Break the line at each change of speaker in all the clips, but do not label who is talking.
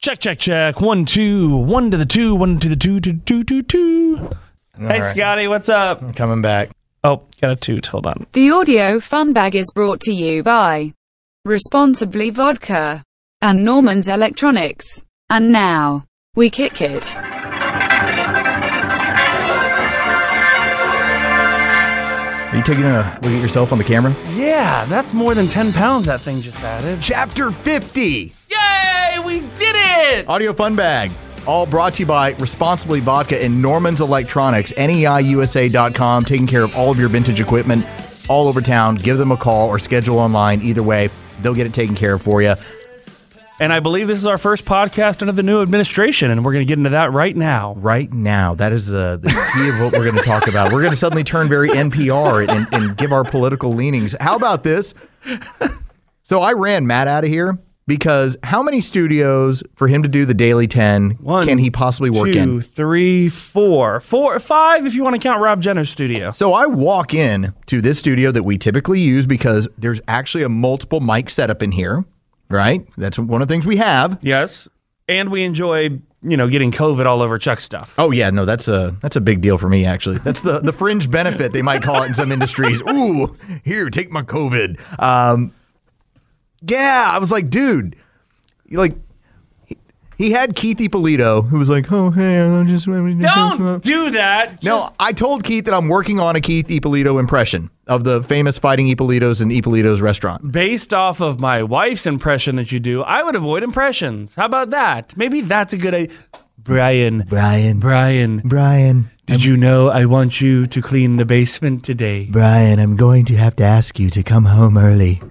Check, check, check. One, two, one to the two, one to the two, two, two, two, two. hey, Scotty, what's up?
I'm coming back.
Oh, got a toot. Hold on.
The audio fun bag is brought to you by Responsibly Vodka and Norman's Electronics. And now, we kick it.
Are you taking a look at yourself on the camera?
Yeah, Ah, that's more than 10 pounds that thing just added.
Chapter 50
Yay, we did it!
Audio Fun Bag. All brought to you by Responsibly Vodka and Norman's Electronics, E NEIUSA.com, taking care of all of your vintage equipment all over town. Give them a call or schedule online. Either way, they'll get it taken care of for you.
And I believe this is our first podcast under the new administration, and we're going to get into that right now.
Right now, that is uh, the key of what we're going to talk about. We're going to suddenly turn very NPR and, and give our political leanings. How about this? So I ran Matt out of here because how many studios for him to do the Daily 10
One,
can he possibly work in?
Two, three, four, four, five, if you want to count Rob Jenner's studio.
So I walk in to this studio that we typically use because there's actually a multiple mic setup in here, right? That's one of the things we have.
Yes. And we enjoy, you know, getting COVID all over Chuck's stuff.
Oh yeah, no, that's a that's a big deal for me actually. That's the the fringe benefit they might call it in some industries. Ooh, here, take my COVID. Um, yeah, I was like, dude, you like he- he had Keithy Polito, who was like, "Oh hey, I'm just
Don't do that.
No, I told Keith that I'm working on a Keith Ippolito impression of the famous fighting Ippolitos in Ippolito's restaurant.
based off of my wife's impression that you do, I would avoid impressions. How about that? Maybe that's a good idea. Brian,
Brian,
Brian,
Brian,
did you know I want you to clean the basement today?
Brian, I'm going to have to ask you to come home early.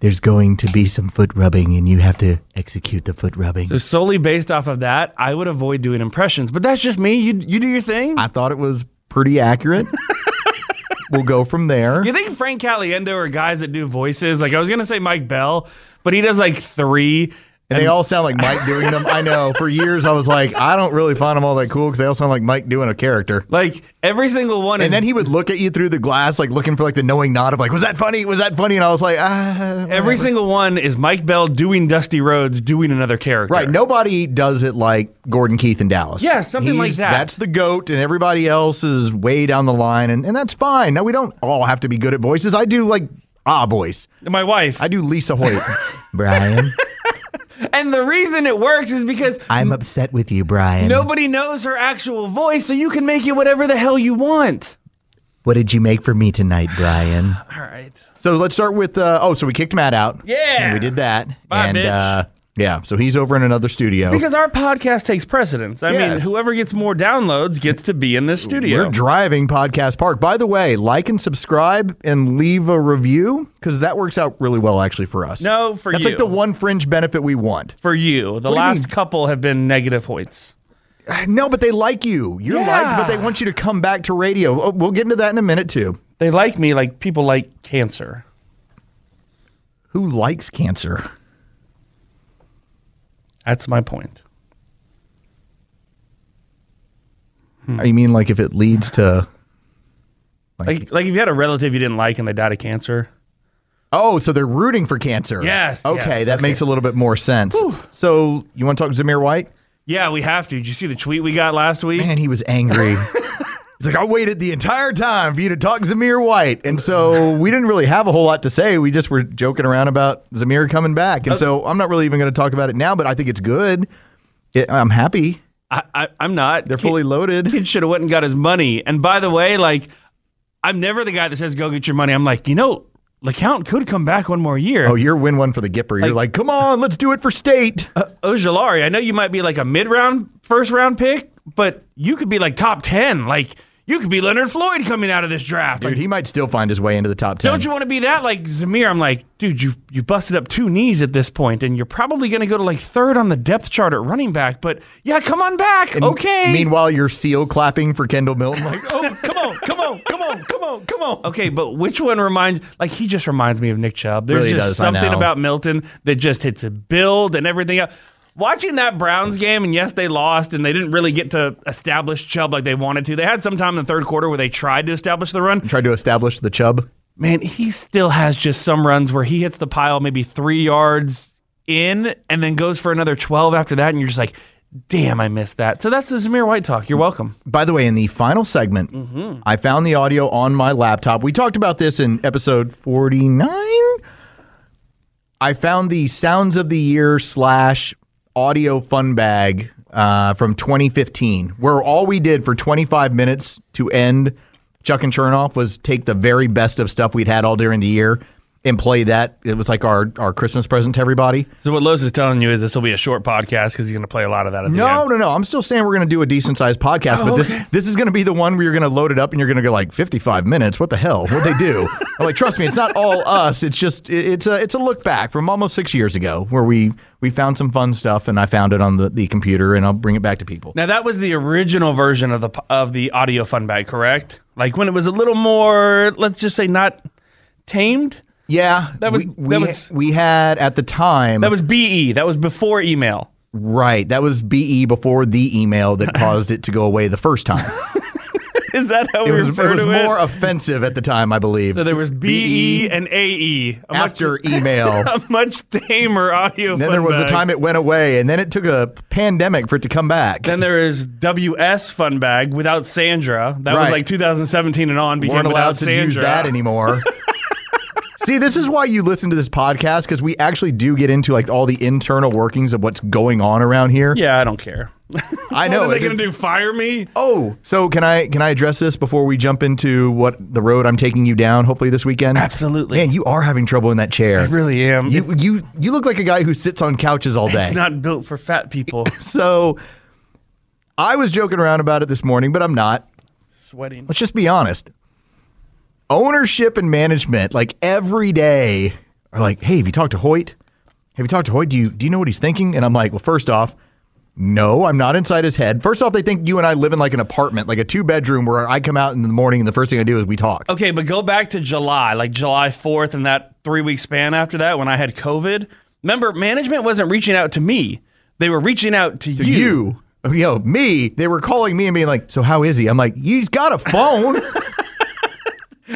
There's going to be some foot rubbing, and you have to execute the foot rubbing.
So solely based off of that, I would avoid doing impressions. But that's just me. You you do your thing.
I thought it was pretty accurate. we'll go from there.
you think Frank Caliendo or guys that do voices? Like I was gonna say Mike Bell, but he does like three.
And they all sound like Mike doing them. I know. For years, I was like, I don't really find them all that cool because they all sound like Mike doing a character.
Like every single one. is
And then he would look at you through the glass, like looking for like the knowing nod of like, was that funny? Was that funny? And I was like, ah.
every single one is Mike Bell doing Dusty Rhodes doing another character.
Right. Nobody does it like Gordon Keith in Dallas.
Yeah, something like that.
That's the GOAT, and everybody else is way down the line, and, and that's fine. Now, we don't all have to be good at voices. I do like ah voice,
My wife.
I do Lisa Hoyt. Brian,
And the reason it works is because
I'm upset with you, Brian.
nobody knows her actual voice, so you can make it whatever the hell you want.
What did you make for me tonight, Brian?
All right.
So let's start with uh, oh, so we kicked Matt out.
Yeah.
And we did that.
Bye,
and
bitch.
uh yeah, so he's over in another studio.
Because our podcast takes precedence. I mean,
Yes.
whoever gets more downloads gets to be in this studio.
We're driving Podcast Park. By the way, like and subscribe and leave a review because that works out really well actually for us.
No, for
That's
you.
like the one fringe benefit we want.
For you, the
What do you
last
mean?
couple have been negative points.
No, but they like you. You're liked, but
Yeah.
they want you to come back to radio. Oh, We'll get into that in a minute too.
They like me like people like cancer.
Who likes cancer?
That's my point.
Hmm. You mean like if it leads to
Like, like if you had a relative you didn't like and they died of cancer.
Oh, so they're rooting for cancer.
Yes,
Okay,
yes,
that
okay.
makes a little bit more sense. So you want to talk Zamir White?
Yeah, we have to. Did you see the tweet we got last week?
Man, he was angry. He's like, I waited the entire time for you to talk Zamir White. And so we didn't really have a whole lot to say. We just were joking around about Zamir coming back.
Oh.
And so I'm not really even going to talk about it now, but I think it's good. It, I'm happy.
I, I, I'm not.
They're
Ki-
fully loaded.
kid should have went and got his money. And by the way, like I'm never the guy that says go get your money. I'm like, you know, LeCount could come back one more year.
Oh, you're win one for the Gipper. You're like, come on, let's do it for state.
Uh, Ojolari, I know you might be like a mid round, first round pick, but you could be like top ten. Like You could be Leonard Floyd coming out of this draft.
Dude,
Like,
he might still find his way into the top 10.
don't you want to be that like Zamir? I'm like, dude, you you busted up two knees at this point, and you're probably going to go to like third on the depth chart at running back. But yeah, come on back,
And
okay.
Meanwhile, you're seal clapping for Kendall Milton. Like,
oh, come on, come on, come on, come on, come on. Okay, but which one reminds? Like he just reminds me of Nick Chubb. There's
Really
just
does, I
something
know.
about Milton that just hits a build and everything else. Watching that Browns game, and yes, they lost, and they didn't really get to establish Chubb like they wanted to. They had some time in the third quarter where they tried to establish the run.
tried to establish the chub.
Man, he still has just some runs where he hits the pile maybe three yards in, and then goes for another twelve after that, and you're just like, "Damn, I missed that." So that's the Zamir White talk. You're welcome. Mm-hmm.
By the way, in the final segment, I found the audio on my laptop. We talked about this in episode 49. I found the Sounds of the Year slash audio fun bag uh, from 2015, where all we did for 25 minutes to end Chuck and Chernoff was take the very best of stuff we'd had all during the year and play that. It was like our, our Christmas present to everybody.
So what Los is telling you is this will be a short podcast because he's going to play a lot of that. At the Oh,
No,
end.
no, no. I'm still saying we're going to do a decent sized podcast, but this this is going to be the one where you're going to load it up and you're going to go like 55 minutes. What the hell? What'd they do? I'm like, trust me, it's not all us. It's just it- it's a it's a look back from almost six years ago where we we found some fun stuff and I found it on the, the computer and I'll bring it back to people.
Now that was the original version of the po- of the audio fun bag, correct? Like when it was a little more, let's just say, not tamed.
Yeah,
That was-
we
that
we,
was-
we had at the time
That was be. That was before email.
right. That was be before the email that caused it to go away the first time.
Is that how
It
we
was it
refer
was
to
more
it?
offensive at the time, I believe.
so there was be and ae. A
E after
much,
email.
a much tamer audio.
Then
fun
there was
bag.
a time it went away, and then it took a pandemic for it to come back.
Then there is WS fun bag without Sandra. That was
Right.
like 2017 and on.
we
Became
weren't allowed
without
to
Sandra.
use that anymore. See, this is why you listen to this podcast because we actually do get into like all the internal workings of what's going on around here.
Yeah, I don't care.
I know.
what are
it-
they going to do? Fire me?
Oh, so can I can I address this before we jump into what the road I'm taking you down? Hopefully this weekend.
Absolutely.
Man, you are having trouble in that chair. I
really am.
You you you look like a guy who sits on couches all day.
It's not built for fat people.
so I was joking around about it this morning, but I'm not.
Sweating.
let's just be honest. Ownership and management, like every day, are like, hey, have you talked to Hoyt? Have you talked to Hoyt? Do you do you know what he's thinking? And I'm like, well, first off, no, I'm not inside his head. First off, they think you and I live in like an apartment, like a two bedroom where I come out in the morning and the first thing I do is we talk.
Okay, but go back to July, like July 4th and that three week span after that when I had COVID. Remember, management wasn't reaching out to me, they were reaching out to,
To you. you know, me, they were calling me and being like, so how is he? I'm like, he's got a phone.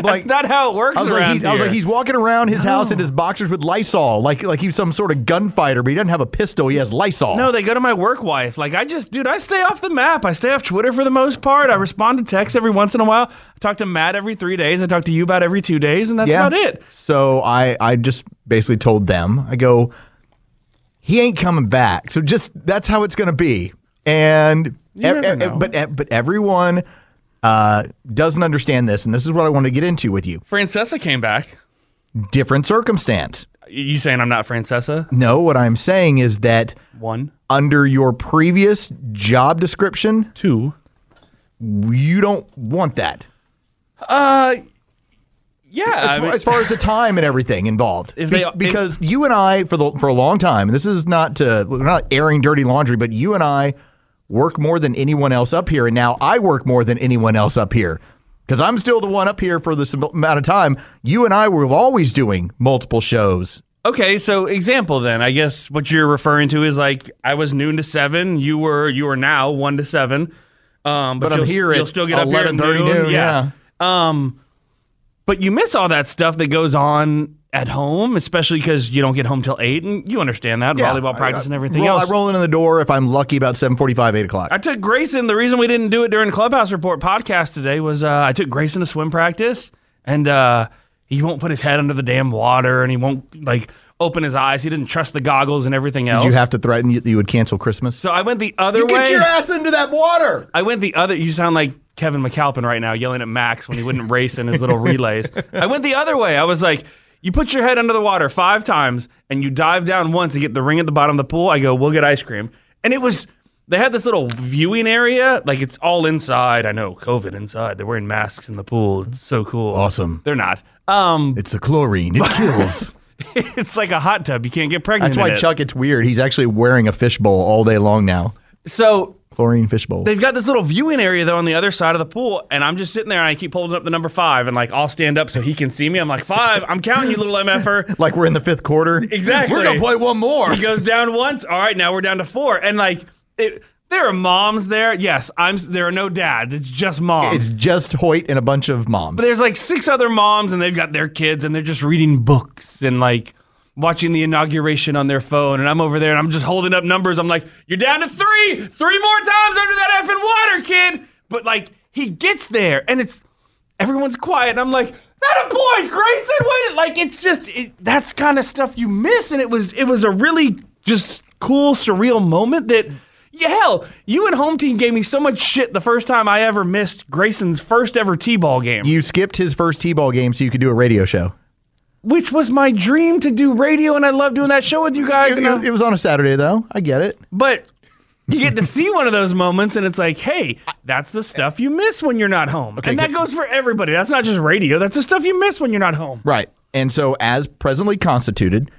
like,
That's not how it works
I was, like,
around
he's, I was
here.
like, he's walking around his house in his boxers with Lysol, like like he's some sort of gunfighter, but he doesn't have a pistol. He has Lysol.
no, they go to my work wife. Like, I just, dude, I stay off the map. I stay off Twitter for the most part. I respond to texts every once in a while. I talk to Matt every three days. I talk to you about every two days, and that's about it.
So I I just basically told them, I go, he ain't coming back. So just that's how it's gonna be. And
never know.
but but everyone uh, doesn't understand this, and this is what I want to get into with you.
Francesa came back.
Different circumstance.
You saying I'm not Francesa?
No, what I'm saying is that
One,
under your previous job description,
two.
you don't want that.
Uh, yeah.
as,
I
far,
mean-
as far as the time and everything involved.
If they-
because you and I for the for a long time, and this is not to we're not airing dirty laundry, but you and I work more than anyone else up here, and now I work more than anyone else up here. Because I'm still the one up here for this am- amount of time. You and I were always doing multiple shows.
Okay, so example then, I guess what you're referring to is like I was noon to seven. You were you are now one to seven. Um, but
But I'm
you'll,
here at
you'll still get up here at
11:30
noon,
noon,
Um, but you miss all that stuff that goes on at home, especially because you don't get home till eight, and you understand that volleyball
I-
practice
I-
and everything
roll-
else.
I roll in the door if I'm lucky about 7:45, 8 o'clock.
I took Grayson. The reason we didn't do it during Clubhouse Report podcast today was uh, I took Grayson to swim practice, and uh, he won't put his head under the damn water, and he won't like open his eyes. He didn't trust the goggles and everything else.
Did you have to threaten you, that you would cancel Christmas?
So I went the other way.
Get your ass into that water!
I went the other. You sound like Kevin McAlpin right now, yelling at Max when he wouldn't race in his little relays. I went the other way. I was like, "You put your head under the water five times, and you dive down once and get the ring at the bottom of the pool." I go, "We'll get ice cream," and it was They had this little viewing area, like it's all inside. I know COVID inside. They're wearing masks in the pool. It's so cool.
Awesome.
They're not. Um,
It's the chlorine. It kills.
it's like a hot tub. You can't get pregnant.
That's why
in it.
Chuck, it's weird. He's actually wearing a fishbowl all day long now.
So
Chlorine fishbowl.
They've got this little viewing area though on the other side of the pool, and I'm just sitting there and I keep holding up the number five, and like I'll stand up so he can see me. I'm like five. I'm counting you, little mf'er.
like we're in the fifth quarter.
Exactly.
We're gonna play one more.
He goes down once. All right, now we're down to four, and like it, there are moms there. Yes, I'm. s- There are no dads. It's just moms.
It's just Hoyt and a bunch of moms.
there's like six other moms, and they've got their kids, and they're just reading books and like watching the inauguration on their phone. And I'm over there, and I'm just holding up numbers. I'm like, "You're down to three, three more times under that effing water, kid." But like, he gets there, and it's everyone's quiet, and I'm like. Not a boy, Grayson. Wait, like it's just it, that's kind of stuff you miss, and it was it was a really just cool, surreal moment that yeah, hell, you and home team gave me so much shit the first time I ever missed Grayson's first ever t-ball game
you skipped his first T-ball game so you could do a radio show.
which was my dream to do radio, and I love doing that show with you guys.
It,
and I-
it- it was on a Saturday though. I get it.
but you get to see one of those moments, and it's like, hey, that's the stuff you miss when you're not home.
Okay,
and that
good.
goes for everybody. That's not just radio. That's the stuff you miss when you're not home.
Right. And so as presently constituted,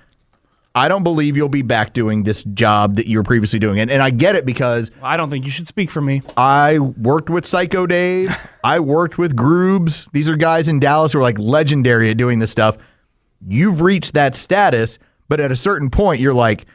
I don't believe you'll be back doing this job that you were previously doing. And and I get it because
I don't think you should speak for me.
I worked with Psycho Dave. I worked with Groobs. These are guys in Dallas who are like legendary at doing this stuff. You've reached that status, but at a certain point, you're like,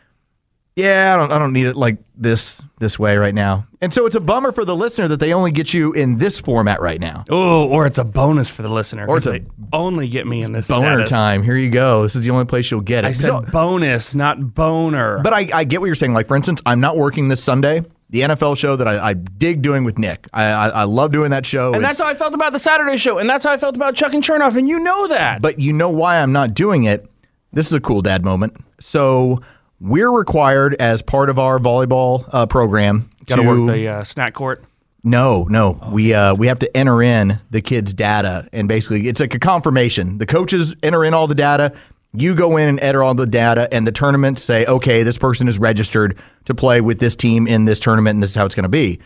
yeah, I don't, I don't need it like this this way right now. And so it's a bummer for the listener that they only get you in this format right now.
Oh, or it's a bonus for the listener. Or
it's a-
they only get me in this
Boner
status.
time. Here you go. This is the only place you'll get it.
I said
So-
bonus, not boner.
But I, I get what you're saying. Like, for instance, I'm not working this Sunday. The NFL show that I, I dig doing with Nick. I, I, I love doing that show.
and
It's-
that's how I felt about the Saturday show, and that's how I felt about Chuck and Chernoff, and you know that.
but you know why I'm not doing it. This is a cool dad moment. So we're required as part of our volleyball uh, program.
gotta
to-
work the uh, snack court.
No, no.
Oh,
We uh, we have to enter in the kids' data, and basically it's like a confirmation. The coaches enter in all the data. You go in and enter all the data, and the tournaments say, okay, this person is registered to play with this team in this tournament, and this is how it's going to be.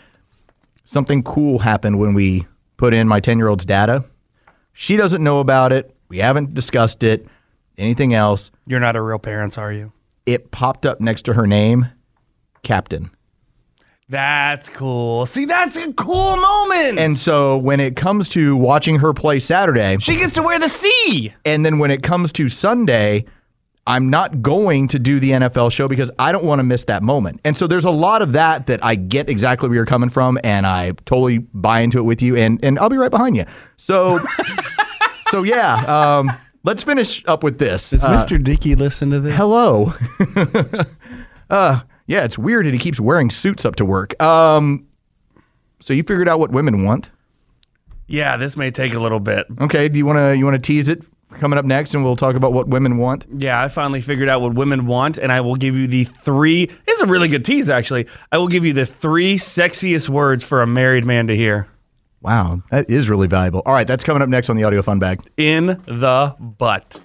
Something cool happened when we put in my ten year old's data. She doesn't know about it. We haven't discussed it. Anything else?
You're not a real parents, are you?
It popped up next to her name, Captain.
That's cool. See, that's a cool moment.
And so when it comes to watching her play Saturday,
she gets to wear the C.
And then when it comes to Sunday, I'm not going to do the NFL show because I don't want to miss that moment. And so there's a lot of that that I get exactly where you're coming from, and I totally buy into it with you, and and I'll be right behind you. So, so yeah, um, let's finish up with this. Uh,
Mr. Dickey listen to this?
hello. uh, yeah, it's weird that he keeps wearing suits up to work. Um, so you figured out what women want.
Yeah, this may take a little bit.
Okay, do you want to you want to tease it coming up next, and we'll talk about what women want.
Yeah, I finally figured out what women want, and I will give you the three. This is a really good tease, actually. I will give you the three sexiest words for a married man to hear
Wow, that is really valuable. All right, that's coming up next on the audio fun bag.
in the butt.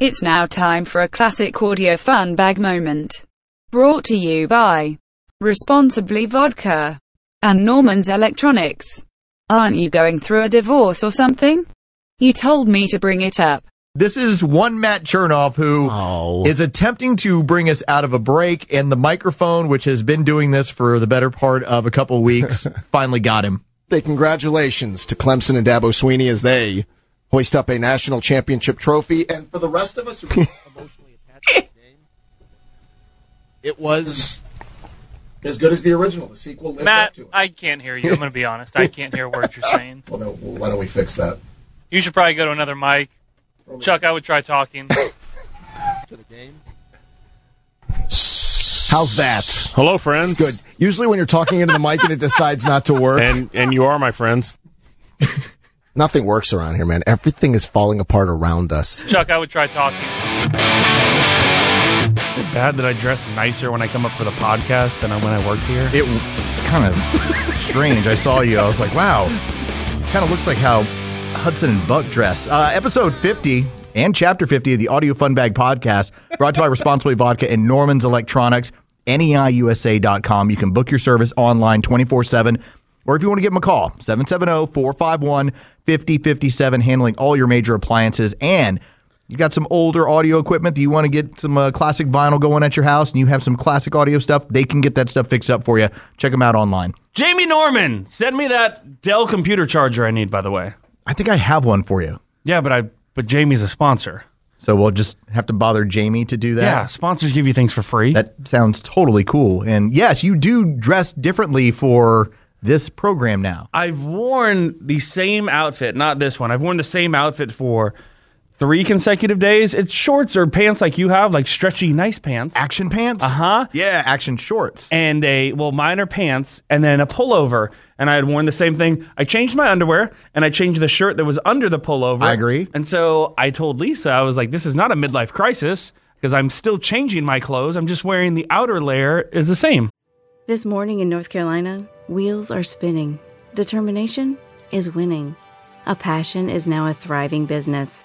It's now time for a classic audio fun bag moment. Brought to you by Responsibly Vodka and Norman's Electronics. Aren't you going through a divorce or something? You told me to bring it up.
This is one Matt Chernoff who is attempting to bring us out of a break, and the microphone, which has been doing this for the better part of a couple weeks, finally got him.
They congratulations to Clemson and Dabo Sweeney as they hoist up a national championship trophy. And for the rest of us who are emotionally attached to the game, it was as good as the original. The sequel lived up
Matt,
to it.
I can't hear you. I'm going to be honest. I can't hear a word you're saying.
well, no, well, why don't we fix that?
You should probably go to another mic. Chuck, I would try talking.
How's that?
Hello, friends.
Good. Usually, when you're talking into the mic and it decides not to work,
And and you are my friends.
nothing works around here, man. Everything is falling apart around us.
Chuck, I would try talking.
Bad that I dress nicer when I come up for the podcast than I- when I worked here.
It was kind of strange. I saw you. I was like, wow, kind of looks like how Hudson and Buck dress. Uh, episode 50 and chapter 50 of the Audio Fun Bag podcast, brought to you by Responsibly Vodka and Norman's Electronics. E NEIUSA.com. You can book your service online 24 7. Or if you want to give them a call, oh, 770 451 5057, handling all your major appliances. And you got some older audio equipment that you want to get some uh, classic vinyl going at your house and you have some classic audio stuff, they can get that stuff fixed up for you. Check them out online.
Jamie Norman, send me that Dell computer charger I need, by the way.
I think I have one for you.
Yeah, but I but Jamie's a sponsor.
So we'll just have to bother Jamie to do that.
Yeah, sponsors give you things for free.
That sounds totally cool. And yes, you do dress differently for this program now.
I've worn the same outfit, not this one. I've worn the same outfit for three consecutive days. It's shorts or pants like you have, like stretchy, nice pants.
Action pants? Uh
Uh-huh.
Yeah, action shorts.
and a well minor pants and then a pullover and i had worn the same thing i changed my underwear and i changed the shirt that was under the pullover
I agree.
and so i told lisa i was like this is not a midlife crisis because i'm still changing my clothes i'm just wearing the outer layer is the same
This morning in North Carolina, wheels are spinning. Determination is winning. A passion is now a thriving business,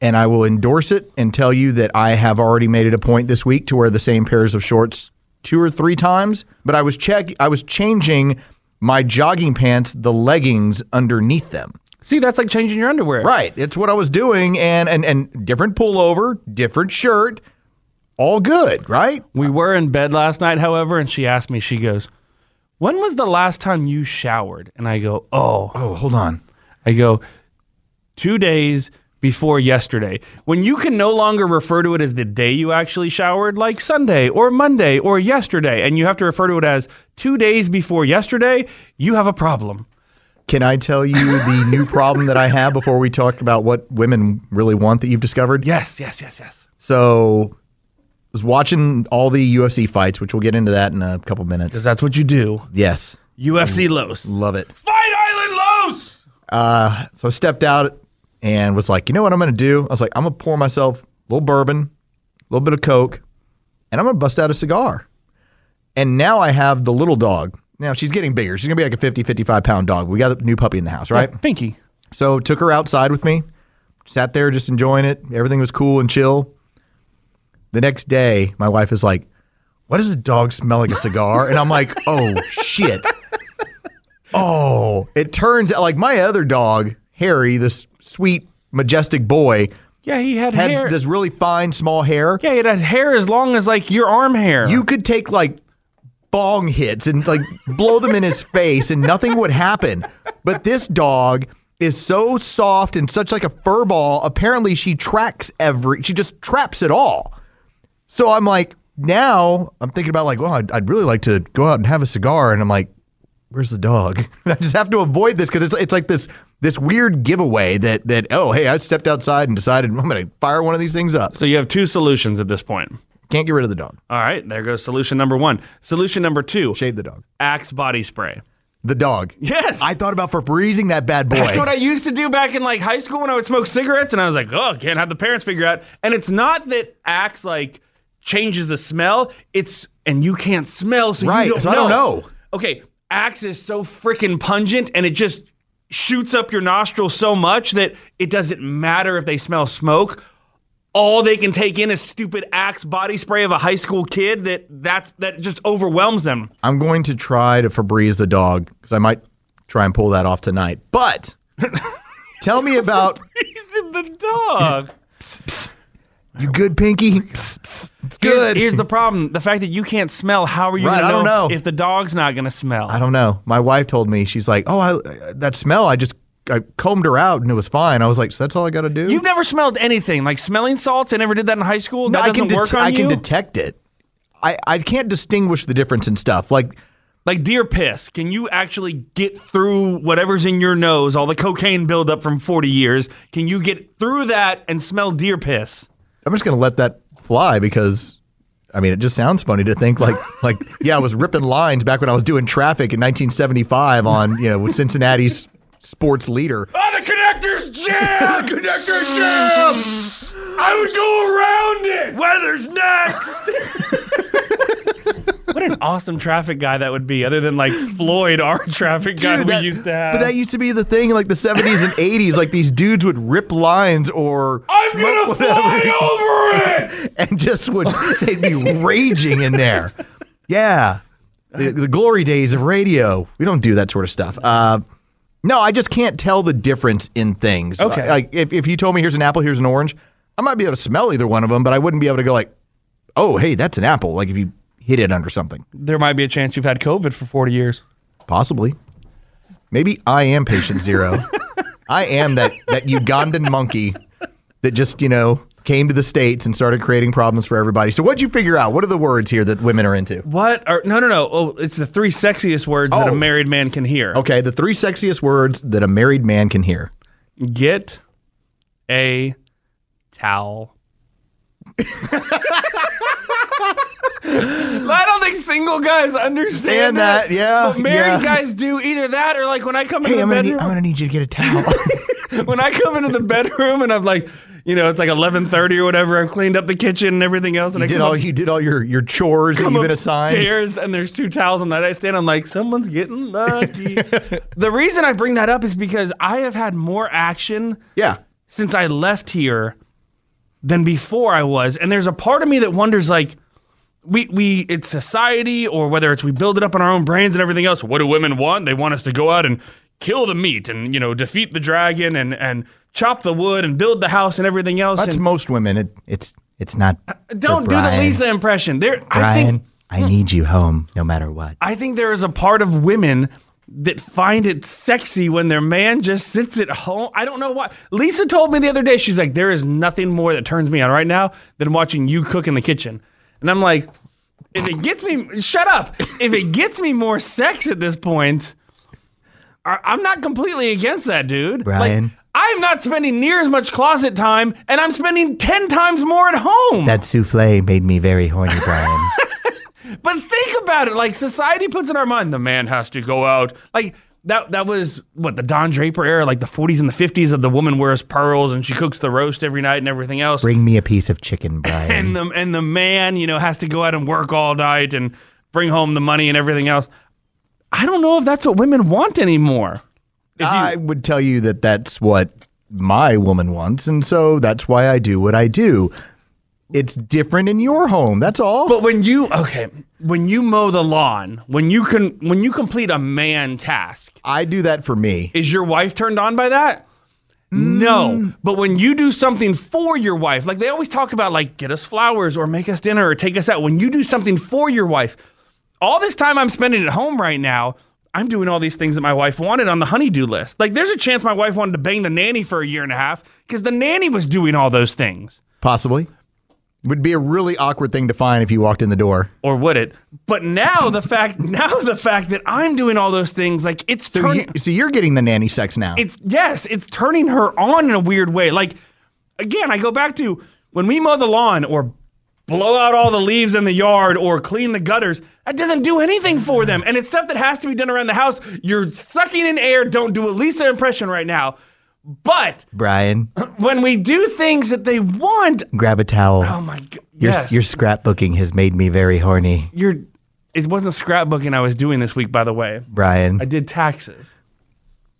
And I will endorse it and tell you that I have already made it a point this week to wear the same pairs of shorts two or three times. But I was check I was changing my jogging pants, the leggings underneath them.
see that's like changing your underwear
Right. It's what I was doing and and, and different pullover, different shirt. All good, right?
we were in bed last night however and she asked me she goes when was the last time you showered and i go oh
Oh, hold on.
I go, two days before yesterday. When you can no longer refer to it as the day you actually showered, like Sunday or Monday or yesterday, and you have to refer to it as two days before yesterday, you have a problem.
Can I tell you the new problem that I have before we talk about what women really want that you've discovered?
Yes, yes, yes, yes.
So I was watching all the UFC fights, which we'll get into that in a couple minutes.
Because that's what you do.
Yes.
UFC Los.
Love it.
Fight Island Los!
Uh, So I stepped out and was like, you know what I'm going to do? I was like, I'm going to pour myself a little bourbon, a little bit of Coke, and I'm going to bust out a cigar. And now I have the little dog. Now she's getting bigger. She's going to be like a 50, 55 pound dog. We got a new puppy in the house, right?
Pinky.
So took her outside with me, sat there just enjoying it. Everything was cool and chill. The next day, my wife is like, "Why does the dog smell like a cigar?" And I'm like, "Oh shit!" Oh, it turns out like my other dog, Harry, this sweet majestic boy,
Yeah, he had,
had
hair.
this really fine small hair.
yeah, he had hair as long as like your arm hair.
You could take like bong hits and like blow them in his face and nothing would happen. But this dog is so soft and such like a fur ball. Apparently she tracks every she just traps it all. So I'm like now I'm thinking about like, well, I'd, I'd really like to go out and have a cigar and I'm like where's the dog? I just have to avoid this because it's it's like this this weird giveaway that that oh hey I stepped outside and decided I'm gonna fire one of these things up.
so you have two solutions at this point.
Can't get rid of the dog.
All right, there goes solution number one. Solution number two
Shave the dog.
Axe body spray.
The dog.
Yes.
I thought about for breezing that bad boy.
That's what I used to do back in like high school when I would smoke cigarettes, and I was like, oh, can't have the parents figure out. And it's not that Axe like changes the smell. It's and you can't smell, so
Right,
you don't,
so
know.
I don't know.
Okay, Axe is so freaking pungent, and it just shoots up your nostril so much that it doesn't matter if they smell smoke. All they can take in is stupid Axe body spray of a high school kid that that's that just overwhelms them.
I'm going to try to Febreze the dog because I might try and pull that off tonight. But tell me about
He's in the dog.
you good, Pinky. Psst, psst. It's
Oh Here's-
good.
Here's, the problem: the fact that you can't smell. How are you
Right,
gonna
I don't know.
if the dog's not gonna smell?
I don't know. My wife told me she's like, oh, I, that smell. I just I combed her out and it was fine. I was like, so that's all I got to do.
You've never smelled anything like smelling salts. I never did that in high school.
No,
that
I can
doesn't work
det-
on
I can
you?
detect it. I, I can't distinguish the difference in stuff. Like
like deer piss. Can you actually get through whatever's in your nose, all the cocaine buildup from 40 years? Can you get through that and smell deer piss?
I'm just gonna let that fly because I mean it just sounds funny to think like like yeah I was ripping lines back when I was doing traffic in 1975 on you know Cincinnati's sports leader.
Oh, the connector's jammed!
the connector's jammed!
I would go around it! Weather's next!
What an awesome traffic guy that would be, other than like Floyd, our traffic guy
Dude,
we
that-
used to have.
But that used to be the thing in like the 70s and 80s. Like these dudes would rip lines or
I'm gonna fly
over it, and just would they'd be raging in there. Yeah, the, the glory days of radio. We don't do that sort of stuff. Uh, no, I just can't tell the difference in things.
Okay.
like if if you told me here's an apple, here's an orange, I might be able to smell either one of them, but I wouldn't be able to go like, oh, hey, that's an apple. Like if you hit it under something.
there might be a chance you've had COVID for 40 years.
Possibly. Maybe I am patient zero. I am that, that Ugandan monkey that just, you know, came to the States and started creating problems for everybody. So what'd you figure out? What are the words here that women are into?
What are no no no? Oh, it's the three sexiest words that a married man can hear.
Oh. Okay, the three sexiest words that a married man can hear.
Get a towel. I don't think single guys
Understand
understand
that, yeah,
But married
yeah.
guys do either that or like when I come
Hey,
into
I'm
the
gonna need-
bedroom.
I'm
gonna need you to get a towel.
when I come into the bedroom and I'm like, you know, it's like 11:30 or whatever. I've cleaned up the kitchen and everything else, and
You
I
did
come
all
up-
you did all your, your chores that
come
you've been assigned.
upstairs and there's two towels on that nightstand. I'm like, someone's getting lucky. the reason I bring that up is because I have had more action
yeah.
since I left here than before I was. And there's a part of me that wonders like we we it's society or whether it's we build it up in our own brains and everything else. What do women want? They want us to go out and kill the meat and you know defeat the dragon and and chop the wood and build the house and everything else.
That's
and
most women. It, it's it's not
Uh, don't
for
do the
Brian.
Lisa impression. There I
Brian,
think Hmm.
I need you home no matter what.
I think there is a part of women that find it sexy when their man just sits at home. I don't know why. Lisa told me the other day, she's like, there is nothing more that turns me on right now than watching you cook in the kitchen. And I'm like, if it gets me, shut up. If it gets me more sex at this point, I- I'm not completely against that, dude.
Brian.
Like, I'm not spending near as much closet time, and I'm spending 10 times more at home.
That souffle made me very horny, Brian.
But think about it. Like society puts in our mind, the man has to go out. Like that. That was what the Don Draper era, like the 40s and the 50s, of the woman wears pearls and she cooks the roast every night and everything else.
Bring me a piece of chicken, Brian.
And the and the man, you know, has to go out and work all night and bring home the money and everything else. I don't know if that's what women want anymore.
I would tell you that that's what my woman wants, and so that's why I do what I do. It's different in your home. That's all.
But when you okay, when you mow the lawn, when you can, when you complete a man task,
I do that for me.
Is your wife turned on by that?
Mm.
No, but when you do something for your wife, like they always talk about, like get us flowers or make us dinner or take us out. When you do something for your wife, all this time I'm spending at home right now, I'm doing all these things that my wife wanted on the honeydew list. Like there's a chance my wife wanted to bang the nanny for a year and a half because the nanny was doing all those things.
Possibly. Would be a really awkward thing to find if you walked in the door.
Or would it? But now the fact, now the fact that I'm doing all those things, like it's
So,
turning.
you, so you're getting the nanny sex now.
It's yes, it's turning her on in a weird way. Like again, I go back to when we mow the lawn or blow out all the leaves in the yard or clean the gutters, that doesn't do anything for them. And it's stuff that has to be done around the house. You're sucking in air, don't do a Lisa impression right now. But
Brian,
when we do things that they want,
grab a towel.
oh my god.
Your,
yes.
your scrapbooking has made me very horny,
You're it wasn't scrapbooking I was doing this week, by the way.
Brian.
I did taxes.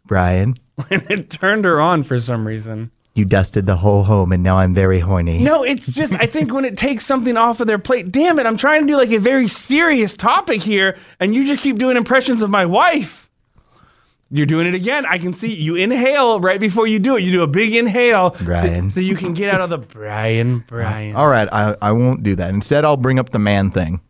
Brian,
And it turned her on for some reason.
you dusted the whole home, and now I'm very horny.
No, it's just I think when it takes something off of their plate, damn it, I'm trying to do like a very serious topic here, and you just keep doing impressions of my wife. You're doing it again. I can see you inhale right before you do it. You do a big inhale, so-
Brian.
so, you can get out of the Brian, Brian.
All right, I, I won't do that. Instead, I'll bring up the man thing.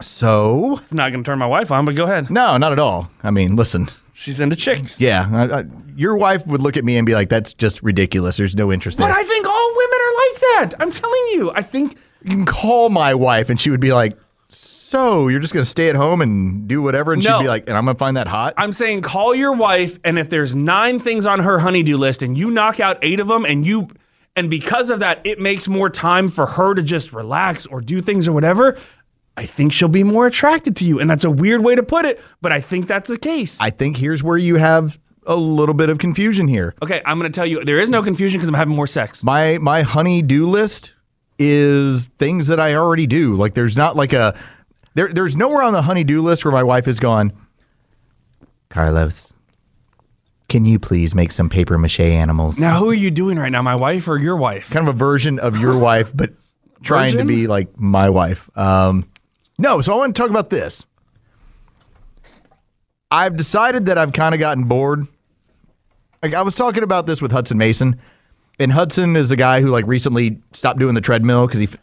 So
It's not going to turn my wife on, but go ahead.
No, not at all. I mean, listen,
She's into chicks.
Yeah, I, I, your wife would look at me and be like, "That's just ridiculous. There's no interest."
But
There.
I think all women are like that. I'm telling you. I think
you can call my wife, and she would be like, "So you're just gonna stay at home and do whatever?" And
No.
she'd be like, "And I'm gonna find that hot."
I'm saying call your wife, and if there's nine things on her honeydew list, and you knock out eight of them, and you, and because of that, it makes more time for her to just relax or do things or whatever. I think she'll be more attracted to you, and that's a weird way to put it, but I think that's the case.
I think here's where you have a little bit of confusion here.
Okay, I'm gonna tell you, there is no confusion because I'm having more sex.
My my honey do list is things that I already do. Like there's not like a there there's nowhere on the honey do list where my wife has gone. Carlos, can you please make some paper mache animals?
Now, who are you doing right now, my wife or your wife?
Kind of a version of your wife, but trying to
Virgin?
be like my wife. Um, no, so I want to talk about this. I've decided that I've kind of gotten bored. Like I was talking about this with Hudson Mason, and Hudson is a guy who like recently stopped doing the treadmill because he f-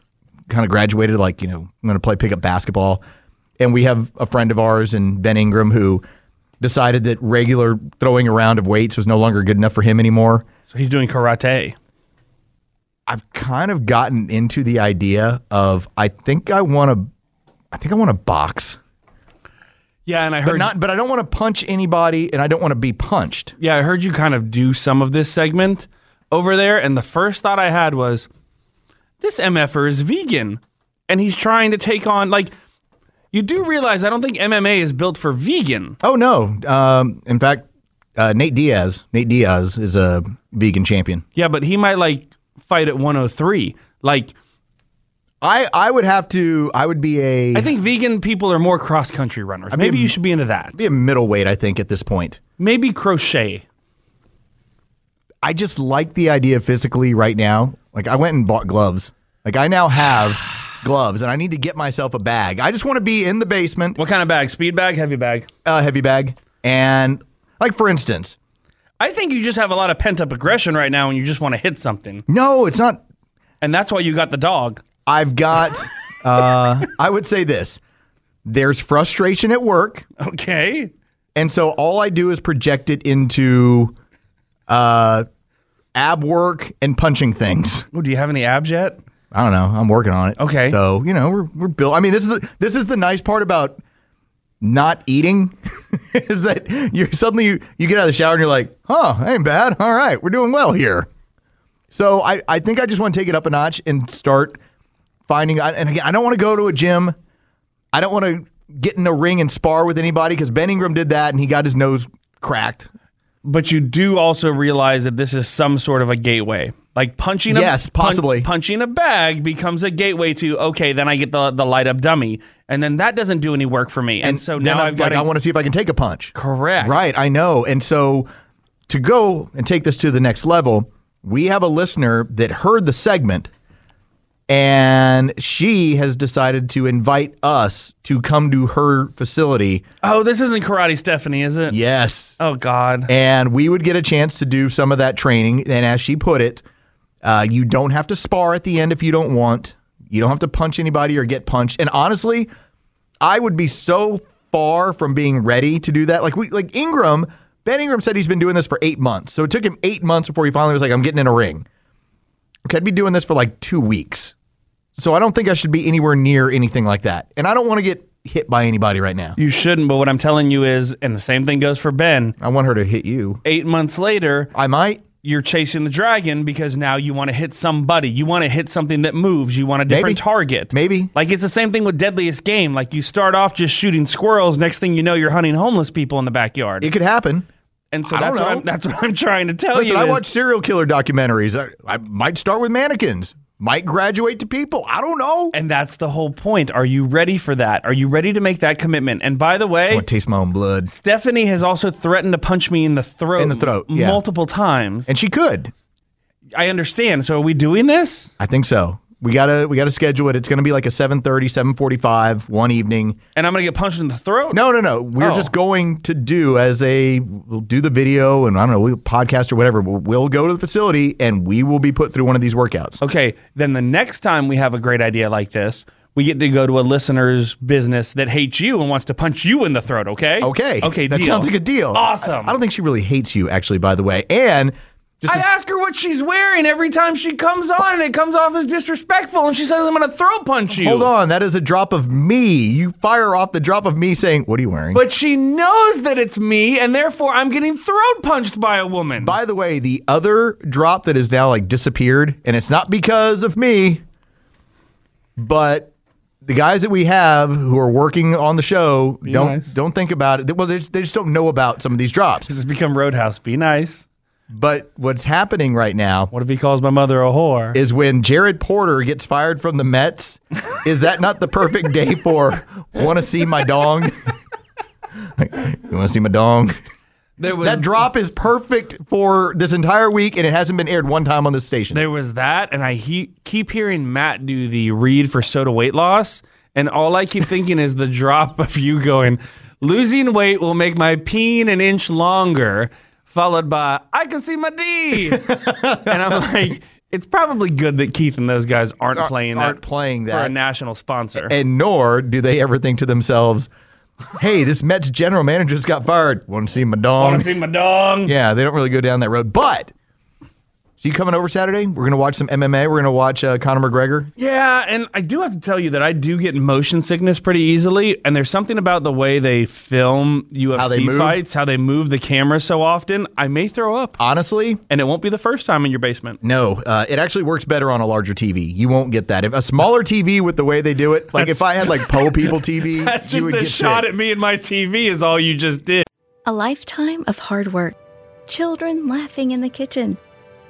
kind of graduated. Like you know, I'm going to play pickup basketball, and we have a friend of ours in Ben Ingram who decided that regular throwing around of weights was no longer good enough for him anymore.
So he's doing karate.
I've kind of gotten into the idea of I think I want to, I think I want to box,
Yeah, and I
but
heard
not, but I don't want to punch anybody, and I don't want to be punched.
Yeah, I heard you kind of do some of this segment over there, and the first thought I had was, this MFer is vegan, and he's trying to take on like. You do realize I don't think MMA is built for vegan.
Oh no! Um, in fact, uh, Nate Diaz, Nate Diaz is a vegan champion.
Yeah, but he might like fight at 103. Like
I, I would have to. I would be a.
I think vegan people are more cross country runners.
I'd be
Maybe
a-
you should be into that.
be a middleweight. I think at this point,
Maybe crochet.
I just like the idea physically right now. Like I went and bought gloves. Like I now have gloves, and I need to get myself a bag. I just want to be in the basement,
What kind of bag? Speed bag, heavy bag?
a heavy bag, and like for instance,
I think you just have a lot of pent up aggression right now and you just want to hit something.
no, it's not.
And that's why you got the dog.
I've got. uh, I would say this. There's frustration at work.
Okay.
And so all I do is project it into uh, ab work and punching things.
Oh, do you have any abs yet?
I don't know. I'm working on it.
Okay.
So you know we're we're built. I mean this is the, this is the nice part about not eating is that you suddenly you, you get out of the shower and you're like, huh, ain't bad. All right, we're doing well here. So I I think I just want to take it up a notch and start finding. I- And again, I don't want to go to a gym. I don't want to get in a ring and spar with anybody because Ben Ingram did that and he got his nose cracked.
but you do also realize that this is some sort of a gateway. Like punching a
Yes,
pun-
possibly.
punching a bag becomes a gateway to okay, then I get the the light up dummy, and then that doesn't do any work for me, and, so
then
now
I'm
I've got
like, I want to see if I can take a punch.
correct
Right, I know. And so to go and take this to the next level, we have a listener that heard the segment and she has decided to invite us to come to her facility.
Oh, this isn't karate, Stephanie, is it?
Yes.
Oh God.
And we would get a chance to do some of that training. And as she put it, uh, you don't have to spar at the end if you don't want. You don't have to punch anybody or get punched. And honestly, I would be so far from being ready to do that. Like we, like Ingram, Ben Ingram said he's been doing this for eight months. So it took him eight months before he finally was like, "I'm getting in a ring." Okay, I'd be doing this for like two weeks. So I don't think I should be anywhere near anything like that. And I don't want to get hit by anybody right now.
You shouldn't, but what I'm telling you is, and the same thing goes for Ben.
I want her to hit you.
Eight months later,
I might.
you're chasing the dragon because now you want to hit somebody. You want to hit something that moves. You want a different
Maybe.
target.
Maybe.
Like it's the same thing with Deadliest Game. Like you start off just shooting squirrels. Next thing you know, you're hunting homeless people in the backyard.
It could happen.
and so
I don't
that's what
know.
I'm, that's what I'm trying to tell
Listen,
you.
I
is-
watch serial killer documentaries. I, I might start with mannequins, might graduate to people. I don't know.
and that's the whole point. Are you ready for that? Are you ready to make that commitment? And by the
I
way,
want to taste my own blood.
Stephanie has also threatened to punch me in the throat.
In the throat, yeah.
multiple times.
And she could.
I understand. So are we doing this?
I think so. We gotta we gotta schedule it. It's gonna be like a 7.30, 7.45, one evening.
And I'm gonna get punched in the throat?
No, no, no. We're
Oh.
just going to do as a we'll do the video and I don't know, we'll podcast or whatever. We'll, we'll go to the facility and we will be put through one of these workouts.
Okay, then the next time we have a great idea like this, we get to go to a listener's business that hates you and wants to punch you in the throat. Okay.
Okay.
Okay.
That
deal.
sounds like a deal.
Awesome.
I, I don't think she really hates you, actually, by the way. And just
I
to-
ask her what she's wearing every time she comes on, and it comes off as disrespectful. And she says, "I'm going to throw punch you."
hold on, that is a drop of me. You fire off the drop of me saying, What are you wearing?
But she knows that it's me, and therefore I'm getting throat punched by a woman.
by the way, the other drop that is now like disappeared, and it's not because of me, but the guys that we have who are working on the show don't
nice.
don't think about it. Well, they just, they just don't know about some of these drops.
This has become Roadhouse. Be nice.
But what's happening right now
What if he calls my mother a whore?
is when Jared Porter gets fired from the Mets. is that not the perfect day for want to see my dong? you want to see my dong?
There was
That drop is perfect for this entire week, and it hasn't been aired one time on this station.
There was that, and I he- keep hearing Matt do the read for soda weight loss, and all I keep thinking is the drop of you going, losing weight will make my peen an inch longer, followed by, I can see my D. and I'm like, it's probably good that Keith and those guys aren't
Aren't-
playing
aren't
that
playing
for a
that.
national sponsor.
and nor do they ever think to themselves, "Hey, this Mets general manager just got fired. Want to see my
Want
dong?"
to see my dong?
yeah, they don't really go down that road. But so you coming over Saturday? We're gonna watch some MMA. We're gonna watch uh, Conor McGregor.
Yeah, and I do have to tell you that I do get motion sickness pretty easily, and there's something about the way they film UFC
they move?
fights, how they move the camera so often. I may throw up,
Honestly,
and it won't be the first time in your basement.
no. Uh, it actually works better on a larger TV. You won't get that. If a smaller TV with the way they do it, like if I had like Poe People TV,
That's
you
just
would
a
get
shot
sick.
at me and my TV is all you just did.
A lifetime of hard work, children laughing in the kitchen,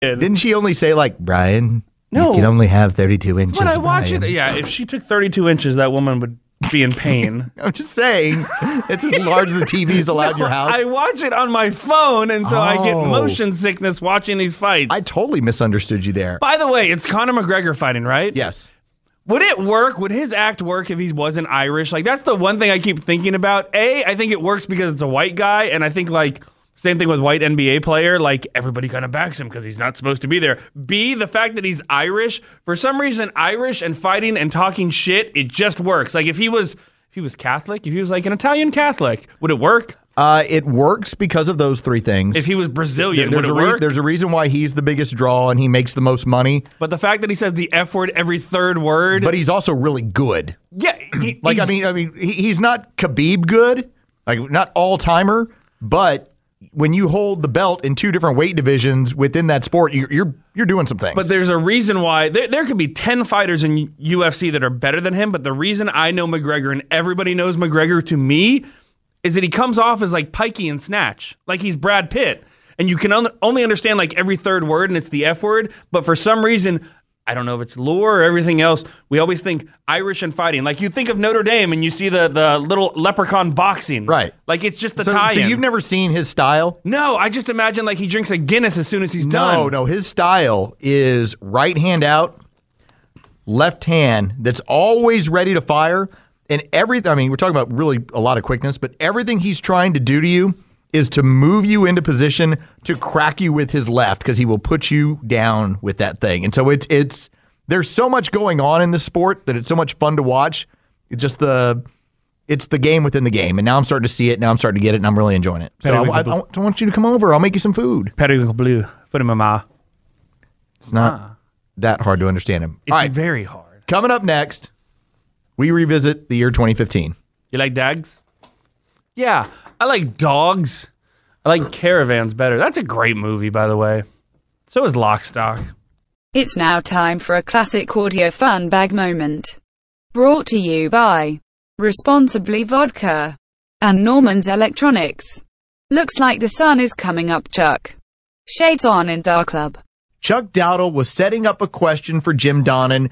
Didn't she only say like Brian?
No.
you can only have thirty-two inches.
When I watch it,
Brian."
yeah, if she took 32 inches, that woman would be in pain.
I'm just saying, it's as large as the TV is allowed in your house.
I watch it on my phone, and so I get
Oh.
motion sickness watching these fights.
I totally misunderstood you there.
By the way, it's Conor McGregor fighting, right?
Yes.
Would it work? Would his act work if he wasn't Irish? Like that's the one thing I keep thinking about. A, I think it works because it's a white guy, and I think like same thing with white NBA player. Like everybody kind of backs him because he's not supposed to be there. B, the fact that he's Irish for some reason, Irish and fighting and talking shit, it just works. Like if he was if he was Catholic, if he was like an Italian Catholic, would it work?
Uh, it works because of those three things.
If he was Brazilian,
there's,
would
a
it
re-
work?
there's a reason why he's the biggest draw and he makes the most money,
but the fact that he says the f word every third word,
but he's also really good.
yeah, he-
Like I
he's-
mean, I mean, he, he's not Khabib good, like not all timer, but when you hold the belt in two different weight divisions within that sport, you're you're, you're doing some things.
But there's a reason why there, there could be 10 fighters in UFC that are better than him. But the reason I know McGregor and everybody knows McGregor to me is that he comes off as like pikey and snatch, like he's Brad Pitt. And you can on- only understand like every third word and it's the F word. But for some reason, I don't know if it's lore or everything else. We always think Irish and fighting. Like you think of Notre Dame and you see the, the little leprechaun boxing.
Right.
Like it's just the
so,
tie
so you've never seen his style?
No, I just imagine like he drinks a Guinness as soon as he's done.
No, no. His style is right hand out, left hand that's always ready to fire. And everything, I mean, we're talking about really a lot of quickness, but everything he's trying to do to you is to move you into position to crack you with his left because he will put you down with that thing. And so it's, it's, there's so much going on in this sport that it's so much fun to watch. It's just the, it's the game within the game. And now I'm starting to see it. Now I'm starting to get it and I'm really enjoying it. So I, I, I want you to come over. I'll make you some food.
Periwinkle blue. Put him in my.
It's not that hard to understand him.
Ah. It's
All right,
very hard.
coming up next, we revisit the year 2015.
You like dogs? Yeah, I like dogs. I like caravans better. That's a great movie, by the way. So is Lockstock.
It's now time for a classic audio fun bag moment. Brought to you by Responsibly Vodka and Norman's Electronics. Looks like the sun is coming up, Chuck. Shades on in Dark Club.
Chuck Dowdle was setting up a question for Jim Donnan,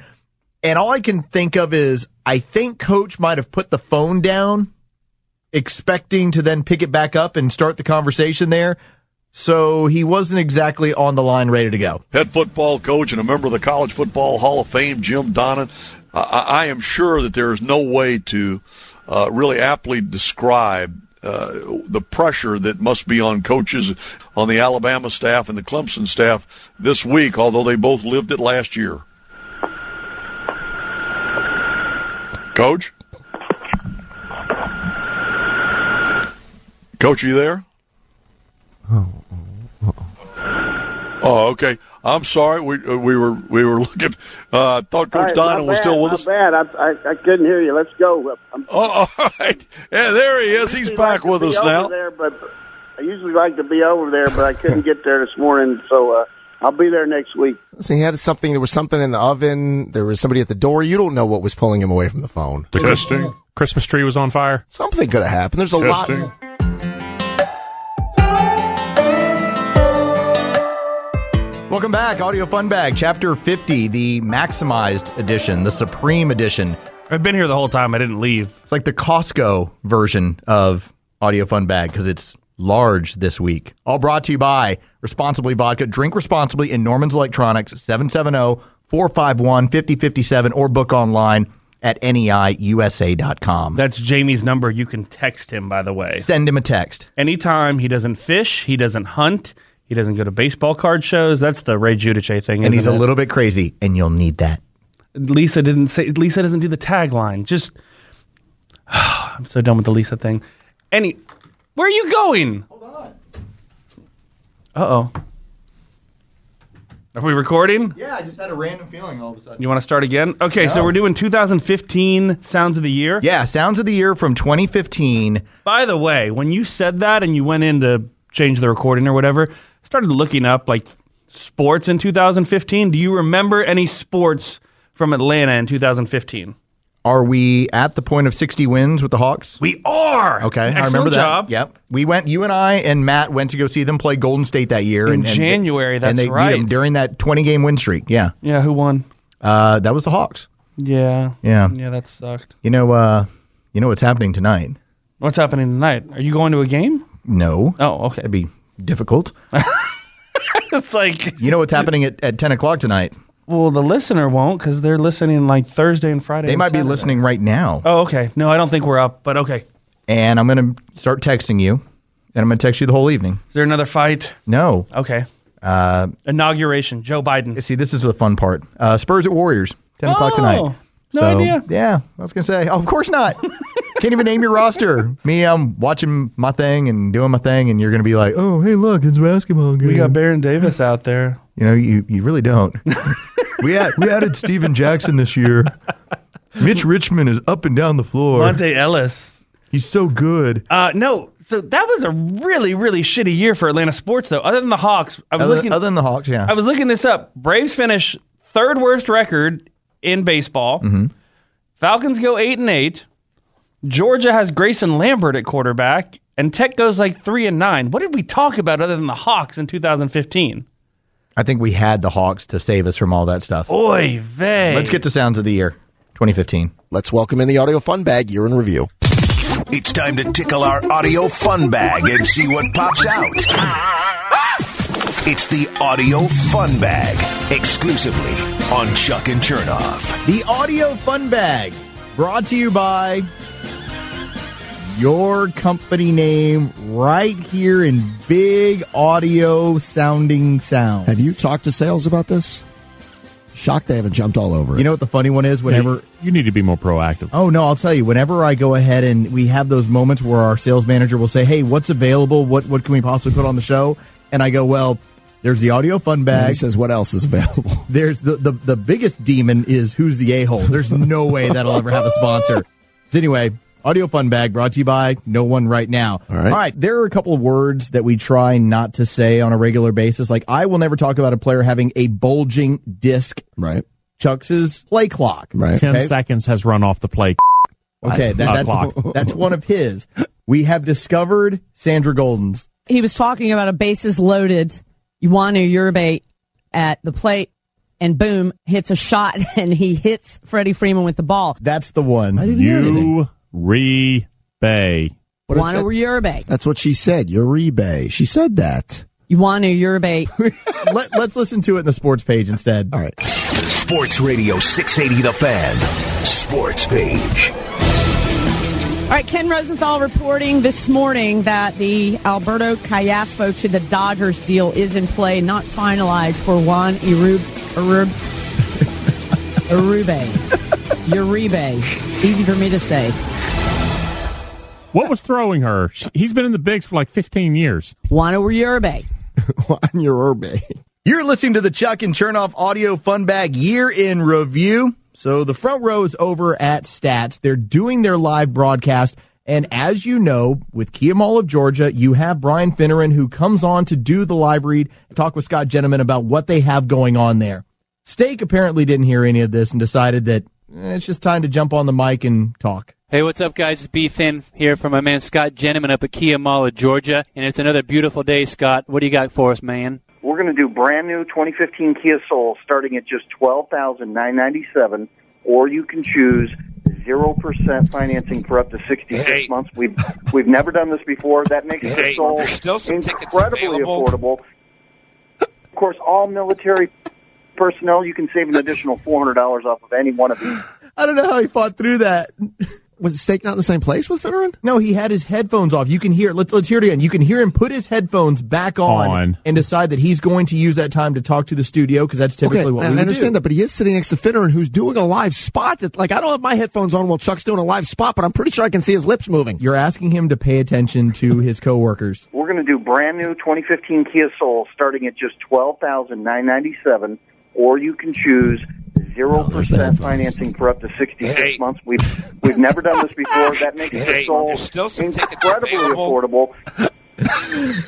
and all I can think of is I think coach might have put the phone down, expecting to then pick it back up and start the conversation there. So he wasn't exactly on the line ready to go.
Head football coach and a member of the College Football Hall of Fame, Jim Donnan. I, I am sure that there is no way to uh, really aptly describe uh, the pressure that must be on coaches on the Alabama staff and the Clemson staff this week, although they both lived it last year. Coach? Coach, are you there? Oh, okay. I'm sorry. We uh, we were we were looking. Uh, I thought Coach Donnan was still with us.
bad. I, I, I couldn't hear you. Let's go. I'm,
oh, all right. Yeah, there he is. He's back with
be
us
over
now.
There, but I usually like to be over there, but I couldn't get there this morning, so uh, I'll be there next week.
So he had something. There was something in the oven. There was somebody at the door. You don't know what was pulling him away from the phone.
The Christmas, Christmas tree was on fire.
Something could have happened. There's a lot.
Testing.
Welcome back, Audio Fun Bag, Chapter 50, the maximized edition, the supreme edition.
I've been here the whole time. I didn't leave.
It's like the Costco version of Audio Fun Bag because it's large this week. All brought to you by Responsibly Vodka. Drink responsibly in Norman's Electronics, 770-451-5057 or book online at E neiusa.com.
That's Jamie's number. You can text him, by the way.
Send him a text.
Anytime he doesn't fish, he doesn't hunt, he doesn't go to baseball card shows. That's the Ray Giudice thing.
And he's
isn't
a
it?
little bit crazy, and you'll need that.
Lisa didn't say. Lisa doesn't do the tagline. Just I'm so done with the Lisa thing. Any, where are you going? Hold on. Uh oh. Are we recording?
Yeah, I just had a random feeling all of a sudden.
You want to start again? Okay, so
No.
we're doing 2015 Sounds of the Year.
Yeah, Sounds of the Year from 2015.
By the way, when you said that and you went in to change the recording or whatever, I started looking up like sports in 2015. Do you remember any sports from Atlanta in 2015?
Are we at the point of 60 wins with the Hawks?
We are.
Okay, I
Excellent
remember that.
job.
Yep. We went, you and I and Matt went to go see them play Golden State that year.
In
and, and-
January, that's
And they
right.
beat them during that 20 game win streak. Yeah.
Yeah, who won?
Uh, that was the Hawks.
Yeah.
Yeah.
Yeah, that sucked.
You know, uh, you know what's happening tonight?
What's happening tonight? Are you going to a game?
No.
Oh, okay. That'd
be difficult.
it's like
You know what's happening at, at 10 o'clock tonight?
Well, the listener won't because they're listening like Thursday and Friday.
They
and
might be
Saturday.
listening right now.
Oh, okay. No, I don't think we're up, but okay.
And I'm going to start texting you, and I'm going to text you the whole evening.
Is there another fight?
No.
Okay.
Uh,
Inauguration, Joe Biden.
See, this is the fun part. Uh, Spurs at Warriors, 10 o'clock tonight.
Oh, no idea.
Yeah, I was going to say, oh, of course not. Can't even name your roster. Me, I'm watching my thing and doing my thing, and you're going to be like, oh, hey, look, it's a basketball game.
We got Baron Davis out there.
You know, you, you really don't. we, had, we added Steven Jackson this year. Mitch Richmond is up and down the floor.
Monte Ellis.
He's so good.
Uh, no, so that was a really, really shitty year for Atlanta sports, though. Other than the Hawks, I was
other,
looking.
other than the Hawks, yeah.
I was looking this up. Braves finish third worst record in baseball.
Mm-hmm.
Falcons go eight and eight. Georgia has Grayson Lambert at quarterback, and Tech goes like three and nine. What did we talk about other than the Hawks in 2015?
I think we had the Hawks to save us from all that stuff.
Oy vey.
Let's get to Sounds of the Year 2015.
Let's welcome in the audio fun bag year in review.
It's time to tickle our audio fun bag and see what pops out. It's the audio fun bag, exclusively on Chuck and Chernoff.
The Audio Fun Bag, brought to you by your company name right here in big audio sounding sound.
Have you talked to sales about this? Shocked they haven't jumped all over it.
You know what the funny one is? Whenever.
You need to be more proactive.
Oh no, I'll tell you. Whenever I go ahead and we have those moments where our sales manager will say, "Hey, what's available? What what can we possibly put on the show?" and I go, "Well, there's the audio fun
And he
bag.
says what else is available?
There's the the, the biggest demon is who's the a hole. There's no way that'll ever have a sponsor. So anyway, Audio Fun Bag brought to you by No One Right Now. All right. All right. There are a couple of words that we try not to say on a regular basis. Like, I will never talk about a player having a bulging disc. Right. Chucks his play clock.
Right. Ten
Okay?
seconds has run off the play.
Okay,
Uh,
that,
clock.
that's, that's one of his. We have discovered Sandra Golden's.
He was talking about a bases loaded. Ioanu Uribe at the plate, and boom, hits a shot, and he hits Freddie Freeman with the ball.
That's the one. I
You re bay.
What
Ioanu
is that?
Uribe.
That's what she said. Uribe. She said that.
Ioanu Uribe.
Let, let's listen to it in the sports page instead. All right.
Sports Radio 680 The Fan. Sports page.
All right, Ken Rosenthal reporting this morning that the Alberto Callaspo to the Dodgers deal is in play, not finalized for Juan Irub, Irub, Irube. Uribe. Easy for me to say.
What was throwing her? She, he's been in the bigs for like 15 years.
Juan Uribe.
on your urbe. You're listening to the Chuck and Chernoff Audio Fun Bag Year in Review. So the front row is over at Stats. They're doing their live broadcast. And as you know, with Kia Mall of Georgia, you have Brian Finneran who comes on to do the live read, talk with Scott Gentleman about what they have going on there. Steak apparently didn't hear any of this and decided that eh, it's just time to jump on the mic and talk.
Hey, what's up, guys? It's B. Finn here from my man Scott Jenneman up at Kia Mall of Georgia, and it's another beautiful day, Scott. What do you got for us, man?
We're going to do brand new 2015 Kia Soul starting at just 12997 or you can choose 0% financing for up to 66 months. We've we've never done this before. That makes the
Hey,
Soul
there's still some tickets
incredibly
available.
affordable. Of course, all military personnel, you can save an additional $400 off of any one of these.
I don't know how he fought through that.
Was it Steak not in the same place with Finneran?
No, he had his headphones off. You can hear. Let's let's hear it again. You can hear him put his headphones back on,
On.
and decide that he's going to use that time to talk to the studio because that's typically
Okay,
what we
I, I
would do.
understand that, but he is sitting next to Finneran, who's doing a live spot. That like I don't have my headphones on while Chuck's doing a live spot, but I'm pretty sure I can see his lips moving.
You're asking him to pay attention to his coworkers.
We're going to do brand new 2015 Kia Soul starting at just 12997 or you can choose 0% financing for up to 66 months. We've, we've never done this before. That makes the
Hey,
Soul
there's still some tickets
incredibly affordable.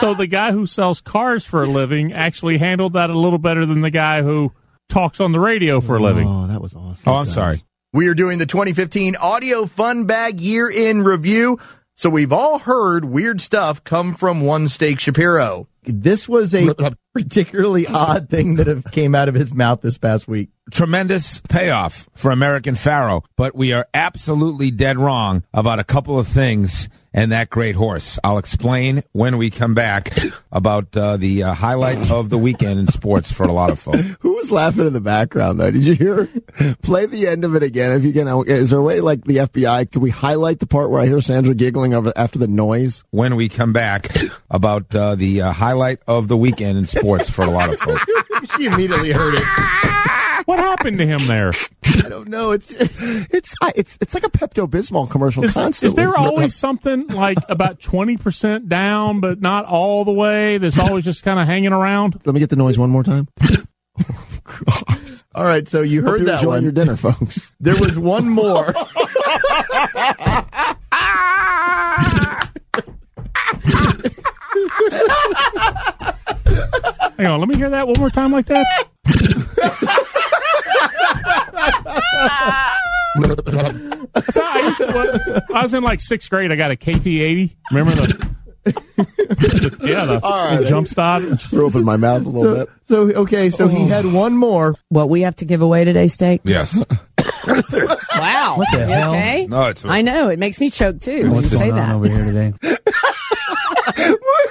So the guy who sells cars for a living actually handled that a little better than the guy who talks on the radio for a living. Oh,
that was awesome.
Oh, I'm sorry.
We are doing the 2015 Audio Fun Bag Year in Review. So we've all heard weird stuff come from one steak Shapiro. This was a particularly odd thing that have came out of his mouth this past week.
tremendous payoff for American Pharaoh, but we are absolutely dead wrong about a couple of things and that great horse. I'll explain when we come back about uh, the uh, highlight of the weekend in sports for a lot of folks.
Who was laughing in the background though? Did you hear? Play the end of it again if you can. Is there a way like the FBI? Can we highlight the part where I hear Sandra giggling over after the noise?
When we come back about uh, the uh, highlight of the weekend in sports for a lot of folks.
she immediately heard it.
What happened to him there?
I don't know. It's it's it's it's like a Pepto Bismol commercial
Is,
constantly.
is there always something like about 20% down, but not all the way that's always just kind of hanging around?
Let me get the noise one more time.
All right, so you
Hope
heard
you're
that
enjoying
one.
your dinner, folks.
There was one more.
Hang on, let me hear that one more time like that. That's how I used to. When I was in like sixth grade. I got a KT eighty. Remember the? yeah, the,
All
the
right.
jump stop.
Throw up in my mouth a little bit. Oh.
So okay, so he had one more.
What we have to give away today, Steak?
Yes.
Wow. What
the hell?
Okay.
No, it's-
I know. It makes me choke too. when you say that.
over here today?
wait,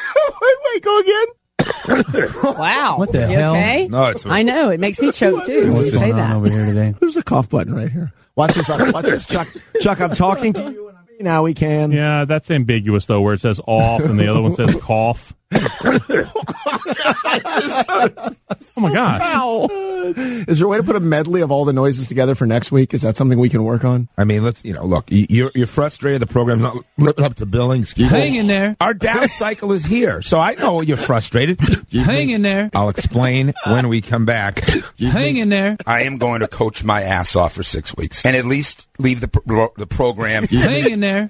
wait, go again. wow.
What the
You
hell?
Okay.
No, it's-
I know. It makes me choke too. when you say that.
over here today? There's a cough button right here. Watch this. Watch this, Chuck. Chuck, I'm talking to you, and I mean now we Oh, can.
Yeah, that's ambiguous though, where it says off and the other one says cough.
oh
my gosh.
Is there a way to put a medley of all the noises together for next week? Is that something we can work on?
I mean, let's you know, look, y- you're you're frustrated. The program's not living up to billing. Excuse
Hang in
there. Our down cycle is here, so I know you're frustrated. Hang in there. I'll explain when we come back. Hang in there.
I am going to coach my ass off for six weeks and at least leave the pro- the program.
Hang in there.
No,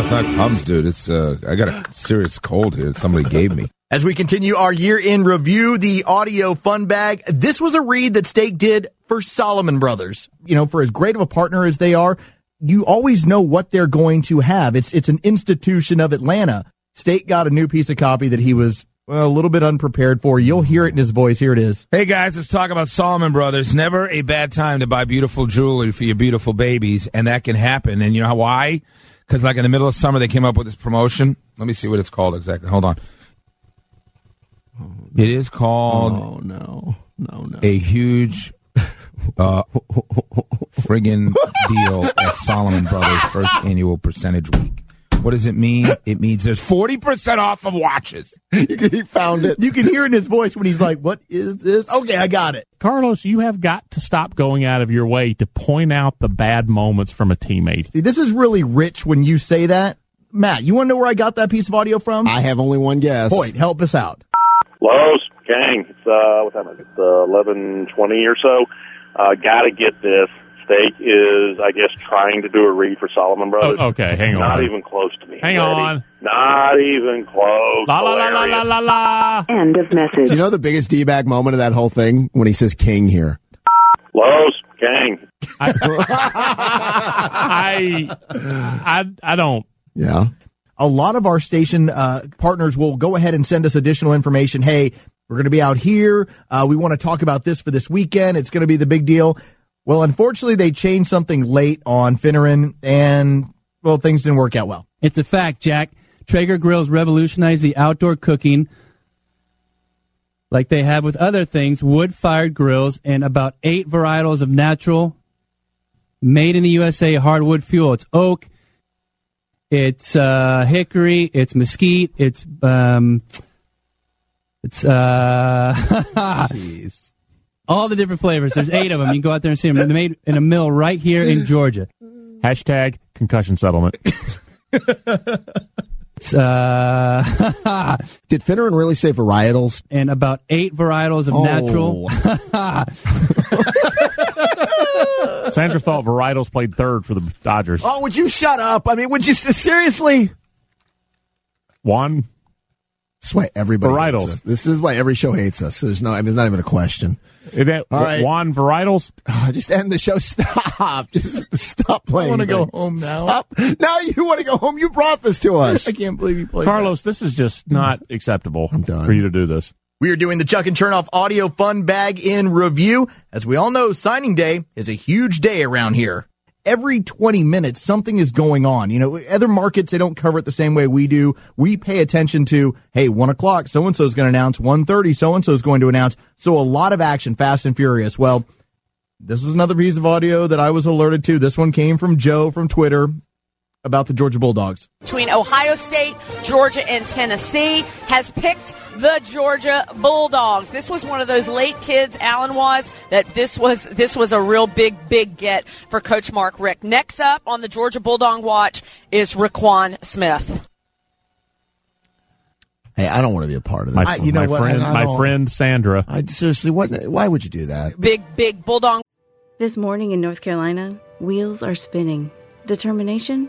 it's not Tums, dude. It's uh, I got a serious cold here. that Somebody gave me.
As we continue our year in review, the audio fun bag, this was a read that Stake did for Solomon Brothers. You know, for as great of a partner as they are, you always know what they're going to have. It's, it's an institution of Atlanta. Stake got a new piece of copy that he was well, a little bit unprepared for. You'll hear it in his voice. Here it is.
Hey guys, let's talk about Solomon Brothers. Never a bad time to buy beautiful jewelry for your beautiful babies, and that can happen. And you know why? Because like in the middle of summer, they came up with this promotion. Let me see what it's called exactly. Hold on. It is called. Oh no, no, no! A huge, uh, friggin' deal at Solomon Brothers first annual percentage week. What does it mean? It means there's forty percent off of watches.
he found it.
You can hear it in his voice when he's like, "What is this?" Okay, I got it.
Carlos, you have got to stop going out of your way to point out the bad moments from a teammate.
See, this is really rich when you say that. Matt, you want to know where I got that piece of audio from? I
have only one guess.
Hoyt, help us out.
Los, gang. It's uh, what time is it? It's uh, eleven twenty or so. Uh, gotta get this. Steak is, I guess, trying to do a read for Solomon Brothers.
Oh, okay, hang on.
Not even close to me.
Hang on.
Not even close.
La, la, la, la,
Hilarious.
la, la.
End
Ah. of message. Do you know the biggest D bag moment of that whole thing when he says king here?
Los, gang.
I, I, I don't.
Yeah.
A lot of our station uh, partners will go ahead and send us additional information. Hey, we're going to be out here. Uh, we want to talk about this for this weekend. It's going to be the big deal. Well, unfortunately, they changed something late on Finneran, and well, things didn't work out well.
It's a fact, Jack. Traeger grills revolutionized the outdoor cooking like they have with other things wood fired grills and about eight varietals of natural, made in the USA hardwood fuel. It's oak, it's uh, hickory, it's mesquite, it's. Um, it's uh, all the different flavors. There's eight of them. You can go out there and see them. They're made in a mill right here in Georgia.
Hashtag concussion settlement.
It's, uh,
Did Finneran really say varietals?
and about eight varietals of
Oh.
natural.
Sandra thought Varietals played third for the Dodgers.
Oh, would you shut up? I mean, would you seriously?
One.
That's why everybody
Varietals.
hates us. This is why every show hates us. There's no, I mean, it's not even a question.
Is that
All right.
Juan Varietals?
Oh, just end the show. Stop. Just stop playing.
wanna go
home now. Stop. Now you want to go home. You brought this to us.
I
can't believe you played.
Carlos, this is just not acceptable for you to do this.
We are doing the Chuck and Chernoff audio fun bag in review. As we all know, signing day is a huge day around here. Every 20 minutes, something is going on. You know, other markets, they don't cover it the same way we do. We pay attention to, hey, one o'clock, so-and-so is going to announce, 1.30, so-and-so is going to announce. So a lot of action, fast and furious. Well, this was another piece of audio that I was alerted to. This one came from Joe from Twitter about the Georgia Bulldogs.
between Ohio State, Georgia, and Tennessee has picked the Georgia Bulldogs. This was one of those late kids, Allen was, that this was this was a real big, big get for Coach Mark Rick. Next up on the Georgia Bulldog watch is Raquan Smith.
Hey, I don't want to be a part of this.
My,
I- you know
my
what?
friend,
I- I
my
don't-
friend Sandra.
I seriously, what? Why would you do that?
Big, big bulldog. This morning in North Carolina, wheels are spinning. Determination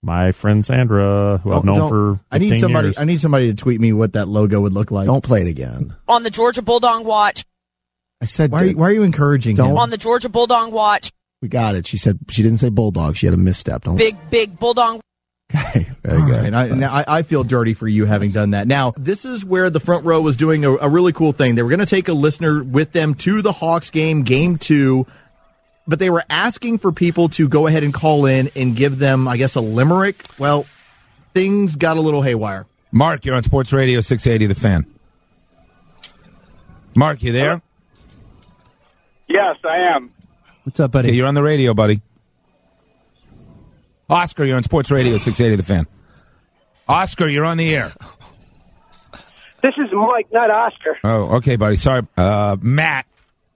My friend Sandra,
Oh,
who I've known
Don't-
for 15
I need somebody.
years.
I need somebody to tweet me what that logo would look like. Don't play it again.
on the Georgia Bulldog watch.
I said. Why are you, why are you encouraging? him?
On the Georgia Bulldog watch.
We got it. She said she didn't say bulldog. She had a misstep. Don't
Big, big Bulldog.
Very good. And I, now, I, I feel dirty for you having done that. Now, this is where the front row was doing a, a really cool thing. They were going to take a listener with them to the Hawks game, game two, but they were asking for people to go ahead and call in and give them, I guess, a limerick. Well, things got a little haywire.
Mark, you're on Sports Radio 680, The Fan. Mark, you there?
Yes, I am.
What's up, buddy? you're on the radio, buddy. Oscar, you're on Sports Radio 680, The Fan. Oscar, you're on the air.
This is Mike, not Oscar.
Oh, okay, buddy. Sorry. Uh, Matt,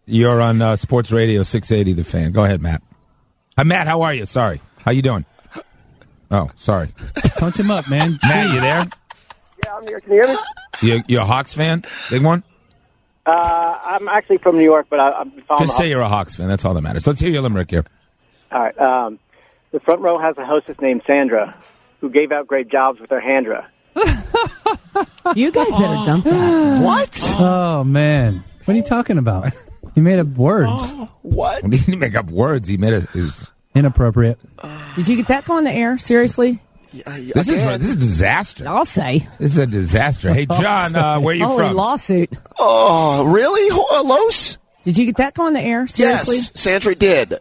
you're on uh, Sports Radio 680, The Fan. Go ahead, Matt. Uh, Matt, how are you? Sorry. How you doing? Oh, sorry.
Punch him up, man.
Matt, you there?
Yeah, I'm here. Can you hear me?
You, you a Hawks fan? Big one?
Uh, I'm actually from New York, but I, Um, I'm following.
Just say you're a Hawks fan. That's all that matters. Let's hear your limerick here.
All right. Um, the front row has a hostess named Sandra, who gave out great jobs with her handra.
You guys better dump that.
What? Oh man, what are you talking about? He made up words.
Oh.
What? He didn't make up words. He made a. his-
Inappropriate.
Did you get that go on the air? Seriously?
This is this is a disaster.
I'll say.
This is a disaster. Hey, John, uh, where you
Holy
from?
lawsuit.
Oh, really? Ho- Los?
Did you get that go on the air? Seriously?
Yes, Sandra did. Uh,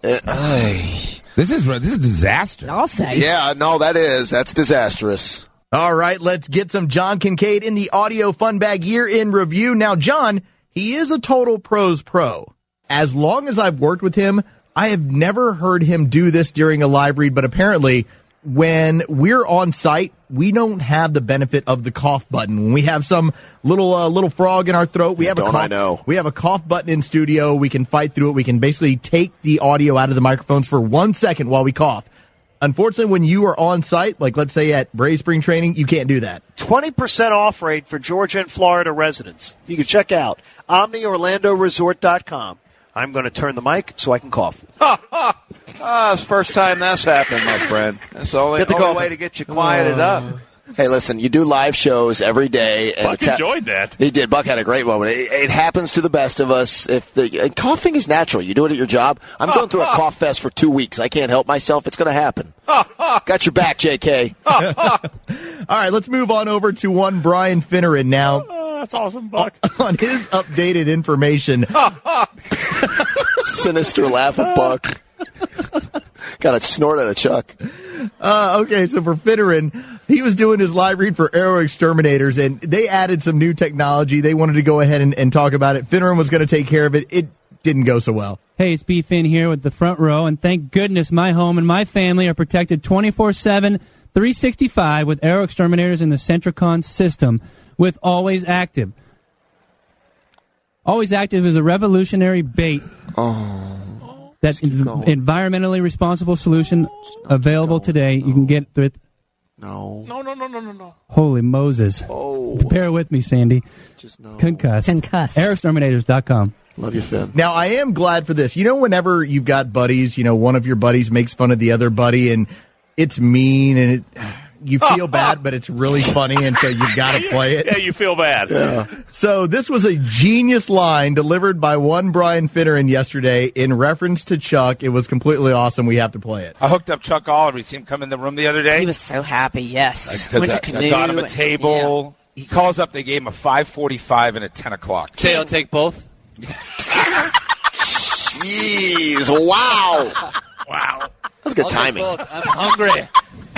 this is this is disaster.
I'll say.
Yeah, no, that is that's disastrous.
All right, let's get some John Kincaid in the audio fun bag year in review. Now, John, he is a total pros pro. As long as I've worked with him, I have never heard him do this during a live read, but apparently when we're on site, we don't have the benefit of the cough button. When we have some little uh, little frog in our throat, we have a
don't
cough,
I know.
we have a cough button in studio. We can fight through it. We can basically take the audio out of the microphones for 1 second while we cough. Unfortunately, when you are on site, like let's say at Bray Spring Training, you can't do that.
20% off rate for Georgia and Florida residents. You can check out omniorlandoresort.com. I'm going to turn the mic so I can cough.
Ah, it's the first time that's happened, my friend. That's the only,
Get the
only
coffee.
way to get you quieted up.
Uh, Hey, listen, you do live shows every day. And
Buck
it's hap-
enjoyed that.
He did. Buck had a great moment. It, it happens to the best of us. If the and coughing is natural, you do it at your job. I'm going through a cough fest for two weeks. I can't help myself. It's going to happen. Got your back, J.K.
All right, let's move on over to one Brian Finneran now
that's
Oh,
awesome, Buck.
on his updated information.
Sinister laugh at Buck. Got a snort out of Chuck.
Uh, okay, so for Finneran, he was doing his live read for Arrow Exterminators, and they added some new technology. They wanted to go ahead and, and talk about it. Finneran was going to take care of it. It didn't go so well.
Hey, it's B Finn here with the front row, and thank goodness my home and my family are protected 24 7, 365 with arrow exterminators in the Centricon system with Always Active. Always Active is a revolutionary bait
Oh.
that's en- environmentally responsible solution available today. You can get with.
No.
No, no, no, no, no, no.
Holy Moses.
Oh.
Bear with me, Sandy. Just no. Concussed. Concussed. Airexterminators.com.
Love you, Finn.
Now I am glad for this. You know, whenever you've got buddies, you know, one of your buddies makes fun of the other buddy, and it's mean, and it you feel bad, but it's really funny, and so you've got to play it.
Yeah, you feel bad.
So this was a genius line delivered by one Brian Finneran yesterday in reference to Chuck. It was completely awesome. We have to play it.
I hooked up Chuck Oliver. You see him come in the room the other day. He was so happy. Yes,
Because I, I got him a table. He calls up. They gave him a five forty-five and a ten o'clock.
Say I'll take both.
Jeez! Wow!
wow!
That's good
I'll take
timing.
both. I'm hungry.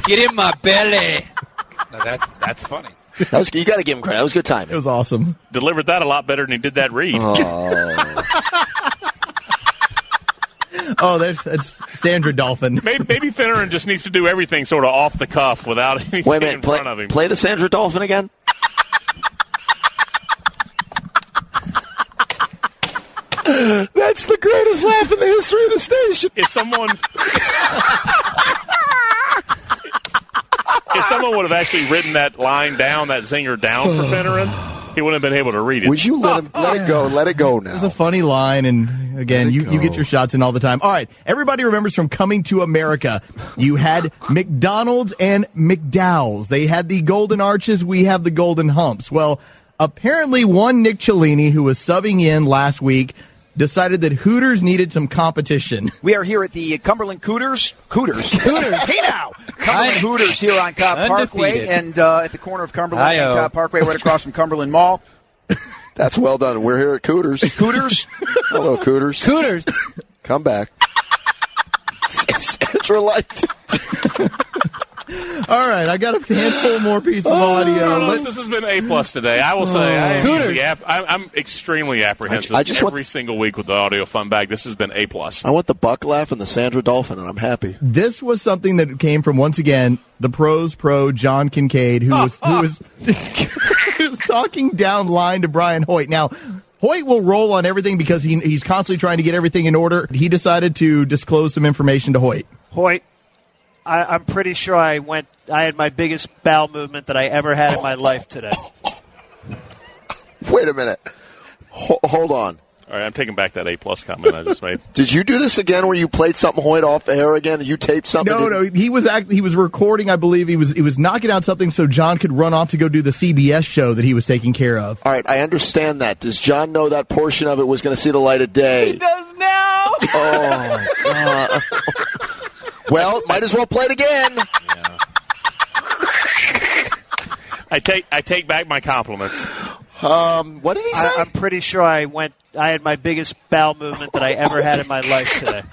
Get in my belly.
No, that that's funny.
That was you got to give him credit. That was good time. It
was awesome.
Delivered that a lot better than he did that read.
Oh.
Oh, there's that's Sandra Dolphin.
Maybe, maybe Finneran just needs to do everything sort of off the cuff without anything
Wait a minute,
in
play,
front of him.
play the Sandra Dolphin again.
That's the greatest laugh in the history of the station. If someone. if someone would have actually written that line down, that zinger down for Finneran, he wouldn't have been able to read it.
Would you let
him let it
go? Let it go
It was a funny line, and again, you, you get your shots in all the time. All right, everybody remembers from Coming to America, you had McDonald's and McDowell's. They had the golden arches, we have the golden humps. Well, apparently, one Nick Cellini, who was subbing in last week, decided that Hooters needed some competition.
We are here at the Cumberland Cooters. Cooters. Cooters. hey now. Cumberland Hooters here on Cobb Parkway
Undefeated.
and uh, at the corner of Cumberland
Hi-yo.
and Cobb Parkway right across from Cumberland Mall.
That's well done. We're here at Cooters.
Cooters?
Hello, Cooters.
Cooters.
Come back. Sandra liked
All right, I got a handful more pieces of
Oh,
audio.
Carlos,
Let-
this has been a plus today. I will say I am
Cooters.
usually ap- I'm, I'm extremely apprehensive
I just want-
every single week with the audio fun bag. This has been a plus.
I want the Buck laugh and the Sandra Dolphin, and I'm happy.
This was something that came from once again the pros pro John Kincaid, who was who was, who was talking down line to Brian Hoyt. Now, Hoyt will roll on everything because he, he's constantly trying to get everything in order. He decided to disclose some information to Hoyt.
Hoyt, I, I'm pretty sure I went. I had my biggest bowel movement that I ever had in my life today.
Wait a minute. Ho- hold on.
All right, I'm taking back that A plus comment I just made.
Did you do this again where you played something Hoyt off air again? You taped something?
No, no, he was act- he was recording. I believe he was he was knocking out something so John could run off to go do the CBS show that he was taking care of.
All right, I understand that. Does John know that portion of it was going to see the light of day? He
does now.
Oh, God. well, might as well play it again.
I take I take back my compliments.
Um,
what did he
say? I, I'm pretty sure I went. I had my biggest bowel movement that I ever had in my life today.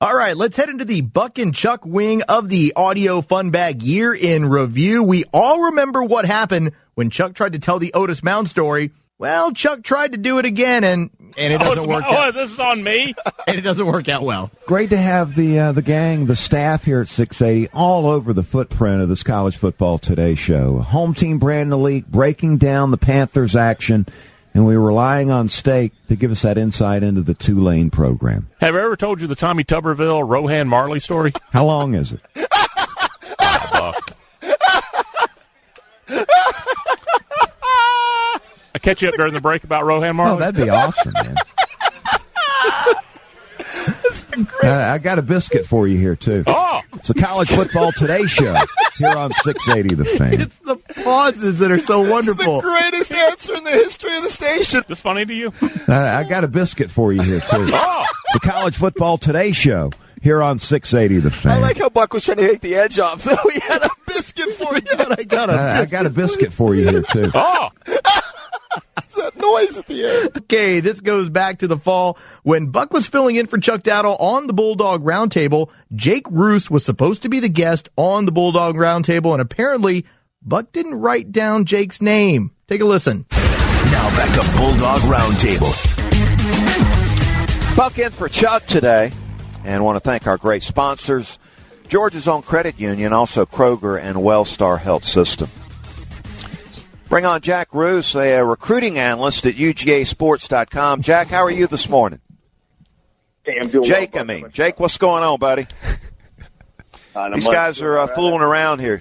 All right, let's head into the Buck and Chuck wing of the Audio Fun Bag Year in Review. We all remember what happened when Chuck tried to tell the Otis Mound story. Well, Chuck tried to do it again, and and it doesn't
oh, it's
work.
my-
out,
oh, this is on me.
and it doesn't work out well.
Great to have the uh, the gang, the staff here at 680, all over the footprint of this college football today show. Home team brand the league, breaking down the Panthers action, and we were relying on Stake to give us that insight into the two lane program.
Have I ever told you the Tommy Tuberville Rohan Marley story?
How long is it?
I catch you up during the break about Rohan Marley.
Oh, that'd be awesome, man. Uh, I got a biscuit for you here too.
Oh,
it's a college football today show here on 680 The Fan.
It's the pauses that are so wonderful.
greatest answer in the history of the station. This funny to you?
Uh, I got a biscuit for you here too.
Oh!
It's a college football today show here on 680 The Fan.
like how Buck was trying to take the edge off, though. He had a biscuit for you.
I got
Uh, I got a biscuit for you here too.
Oh!
that noise at the end.
Okay, this goes back to the fall when Buck was filling in for Chuck Dowdle on the Bulldog Roundtable. Jake Roos was supposed to be the guest on the Bulldog Roundtable, and apparently Buck didn't write down Jake's name. Take a listen.
Now back to Bulldog Roundtable.
Buck in for Chuck today, and want to thank our great sponsors, Georgia's Own Credit Union, also Kroger and Wellstar Health System. Bring on Jack Roos, a recruiting analyst at UGASports.com. Jack, how are you this morning?
Hey, I'm doing
Jake, I mean, Jake, what's going on, buddy?
not
These
much.
guys are uh, fooling around here.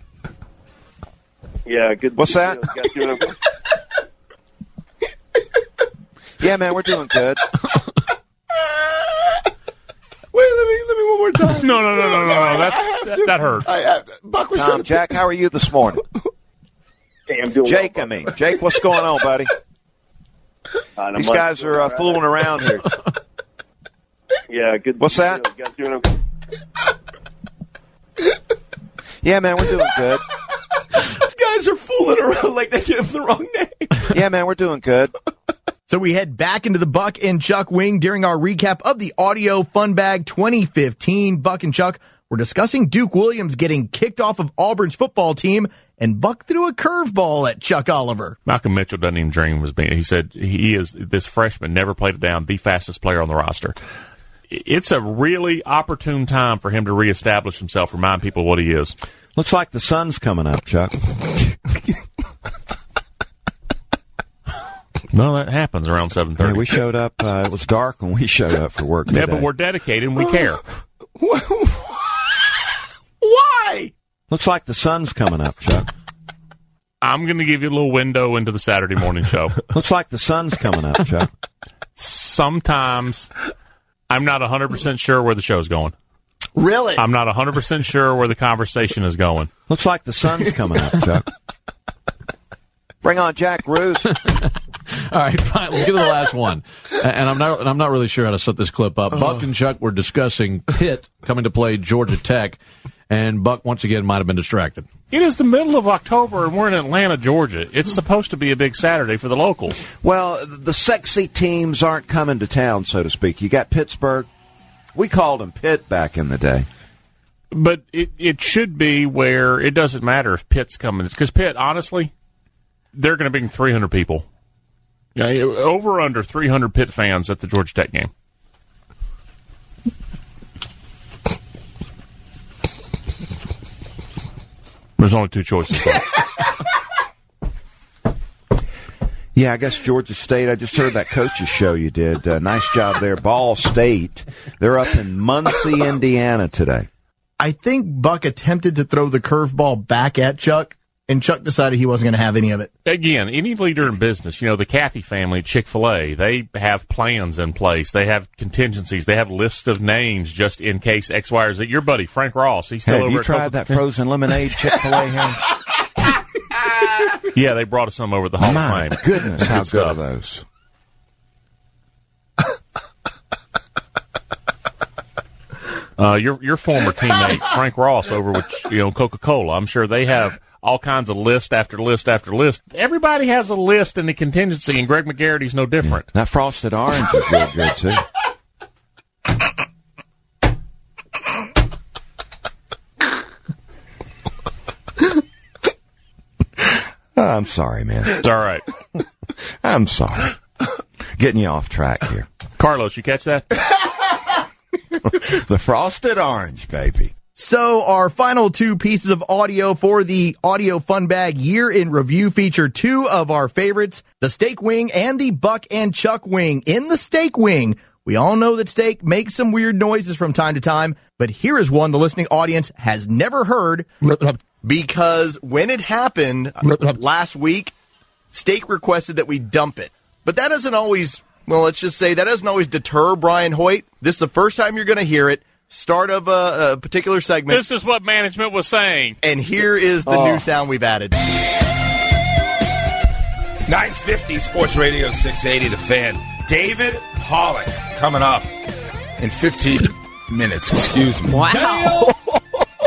Yeah, good.
What's that? Yeah, man, we're doing good.
Wait, let me let me one more time.
No, no, no, no, no, no.
I
That's
have
that,
to.
that hurts.
I, I, Buck was trying
Tom,
to
Jack, how are you this morning? Jake, I mean, Jake, what's going on, buddy?
Uh,
These guys are uh, fooling around here.
Yeah, good.
What's that? Yeah, man, we're doing good.
guys are fooling around like they give the wrong name.
Yeah, man, we're doing good.
So we head back into the Buck and Chuck wing during our recap of the Audio Fun Bag 2015. Buck and Chuck were discussing Duke Williams getting kicked off of Auburn's football team, and Buck threw a curveball at Chuck Oliver.
Malcolm Mitchell doesn't even dream of being. He said he is this freshman never played it down, the fastest player on the roster. it's a really opportune time for him to reestablish himself, remind people what he is.
Looks like the sun's coming up, Chuck.
No, that happens around seven
Hey,
thirty.
we showed up. Uh, it was dark when we showed up for work.
Yeah, but
today.
we're dedicated and we care.
Why? Looks like the sun's coming up, Chuck.
I'm going to give you a little window into the Saturday morning show.
Looks like the sun's coming up, Chuck.
Sometimes I'm not 100% sure where the show's going.
Really?
I'm not 100% sure where the conversation is going.
Looks like the sun's coming up, Chuck. Bring on Jack Roos.
All right, fine. Let's get to the last one. A- And I'm not. And I'm not really sure how to set this clip up. Buck and Chuck were discussing Pitt coming to play Georgia Tech, and Buck once again might have been distracted.
It is the middle of October and we're in Atlanta, Georgia. It's supposed to be a big Saturday for the locals.
Well, the sexy teams aren't coming to town, so to speak. You got Pittsburgh. We called them Pitt back in the day.
But it, it should be where it doesn't matter if Pitt's coming. Because Pitt, honestly, they're going to bring 300 people. Yeah, over or under 300 Pitt fans at the Georgia Tech game. There's only two choices.
Yeah, I guess Georgia State. I just heard that coaches show you did. Uh, nice job there, Ball State. They're up in Muncie, Indiana today.
I think Buck attempted to throw the curveball back at Chuck, and Chuck decided he wasn't going to have any of it.
Again, any leader in business, you know, the Kathy family, Chick fil A, they have plans in place. They have contingencies. They have lists of names just in case X, Y, or Z. Your buddy, Frank Ross, he's still
Have
over
you
at
tried
Coca-
that frozen lemonade Chick Fil A?
Yeah, they brought us some over at the Hall
My
of Fame.
goodness, how good
stuff.
are those?
Uh, your your former teammate Frank Ross over with you know Coca Cola. I'm sure they have all kinds of list after list after list. Everybody has a list and a contingency, and Greg McGarity's no different.
That frosted orange is real good too. Oh, I'm sorry, man. It's
all right.
I'm sorry. Getting you off track here.
Carlos, you catch that?
the frosted orange, baby.
So, our final two pieces of audio for the Audio Fun Bag Year in Review feature two of our favorites the steak wing and the Buck and Chuck wing. In the steak wing, we all know that steak makes some weird noises from time to time, but here is one the listening audience has never heard because when it happened last week, Steak requested that we dump it. But that doesn't always, well, let's just say that doesn't always deter Brian Hoyt. This is the first time you're going to hear it. Start of a, a particular segment.
This is what management was saying.
and here is the
Oh.
new sound we've added.
950 Sports Radio 680 The Fan. David Pollock coming up in 15 minutes. Excuse me.
Wow.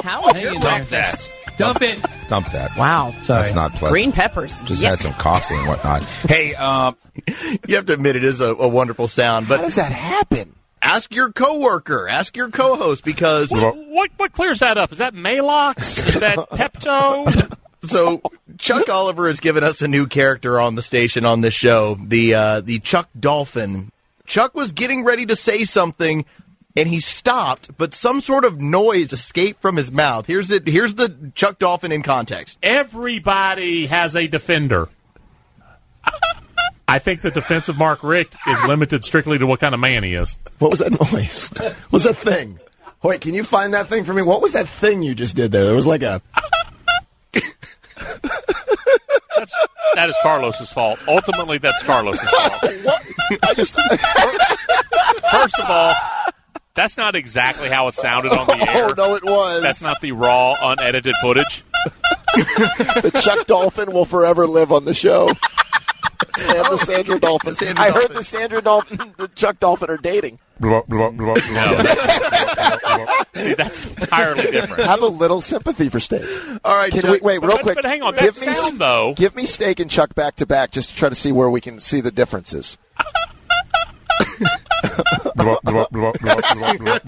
How is your
Dump
breakfast?
that.
Dump it.
Dump that.
Wow. Sorry.
That's not pleasant.
Green peppers.
Just
Yuck.
had some coffee and whatnot. Hey, um,
you have to admit it is a, a wonderful sound. But how does
that happen?
Ask your coworker, ask your co-host, because
What what clears that up? Is that Malox? Is that Pepto?
so Chuck Oliver has given us a new character on the station on this show, the uh, the Chuck Dolphin. Chuck was getting ready to say something and he stopped, but some sort of noise escaped from his mouth. Here's it here's the Chuck Dolphin in context.
Everybody has a defender. I think the defense of Mark Richt is limited strictly to what kind of man he is.
What was that noise? What was that thing? Wait, can you find that thing for me? What was that thing you just did there? There was like a.
That is Carlos's fault. Ultimately, that's Carlos's fault.
I just.
First of all, that's not exactly how it sounded on the air.
Oh, no, it was.
That's not the raw, unedited footage.
the Chuck Dolphin will forever live on the show. And the Sandra Dolphin. I heard the Sandra Dolphin, the Chuck Dolphin are dating.
blah, blah, blah, blah.
See, that's entirely different.
Have a little sympathy for steak.
All right,
can
Chuck.
we, wait,
But-
real
but-
quick.
but hang on,
give
that
me s-
sound, though.
Give me steak and Chuck back to back, just to try to see where we can see the differences.
Back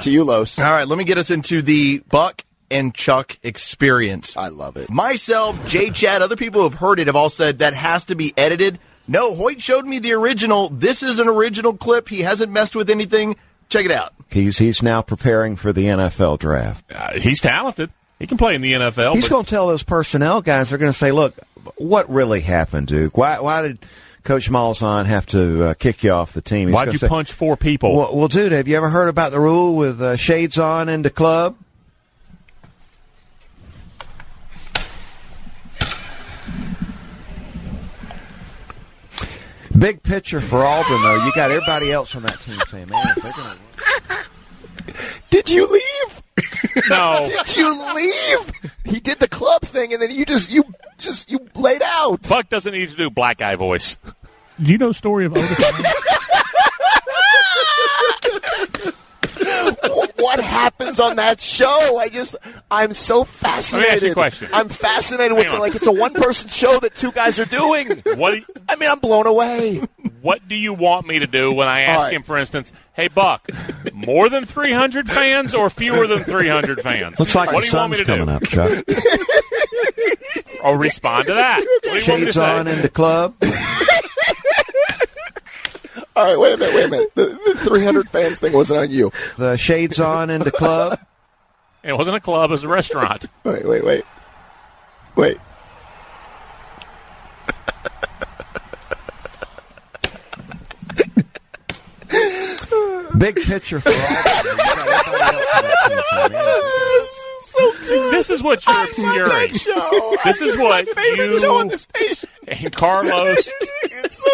to you, Los. All right, let me get us into the Buck and Chuck experience. I love it. Myself, Jay Chad, other people who have heard it have all said that has to be edited. No, Hoyt showed me the original. This is an original clip. He hasn't messed with anything. Check it out.
He's he's now preparing for the NFL draft.
Uh, he's talented. He can play in the NFL.
He's
but
going to tell those personnel guys. They're going to say, "Look, what really happened, Duke? Why why did Coach Malzahn have to uh, kick you off the team? He's
why'd
gonna
you
say,
punch four people?
Well, well, dude, have you ever heard about the rule with uh, shades on in the club? Big picture for Auburn, though. You got everybody else on that team saying, "Man, if they're going
Did you leave?
No.
Did you leave? He did the club thing, and then you just you just you laid out.
Buck doesn't need to do black guy voice.
Do you know the story of Otis?
Wh- what happens on that show? I just I'm so fascinated.
Let me ask you a question.
I'm fascinated with
Hang
the,
on.
like it's a one person show that two guys are doing.
What do you-
I mean, I'm blown away.
What do you want me to do when I ask
All right.
him, for instance, hey, Buck, more than 300 fans or fewer than 300 fans?
Looks like
what
the
do you want me
sun's
to
coming
do?
up, Chuck.
Or respond to that. What do you want me to
Shades
say?
on in the club.
All right, wait a minute, wait a minute. The, the 300 fans thing wasn't on you.
The shades on in the club.
It wasn't a club, it was a restaurant.
Wait, wait, wait, wait.
Big picture for Auburn. You got everybody else on that team saying, "Man,
This is what you're obscuring.
show.
This is what you
station.
and Carlos
It's so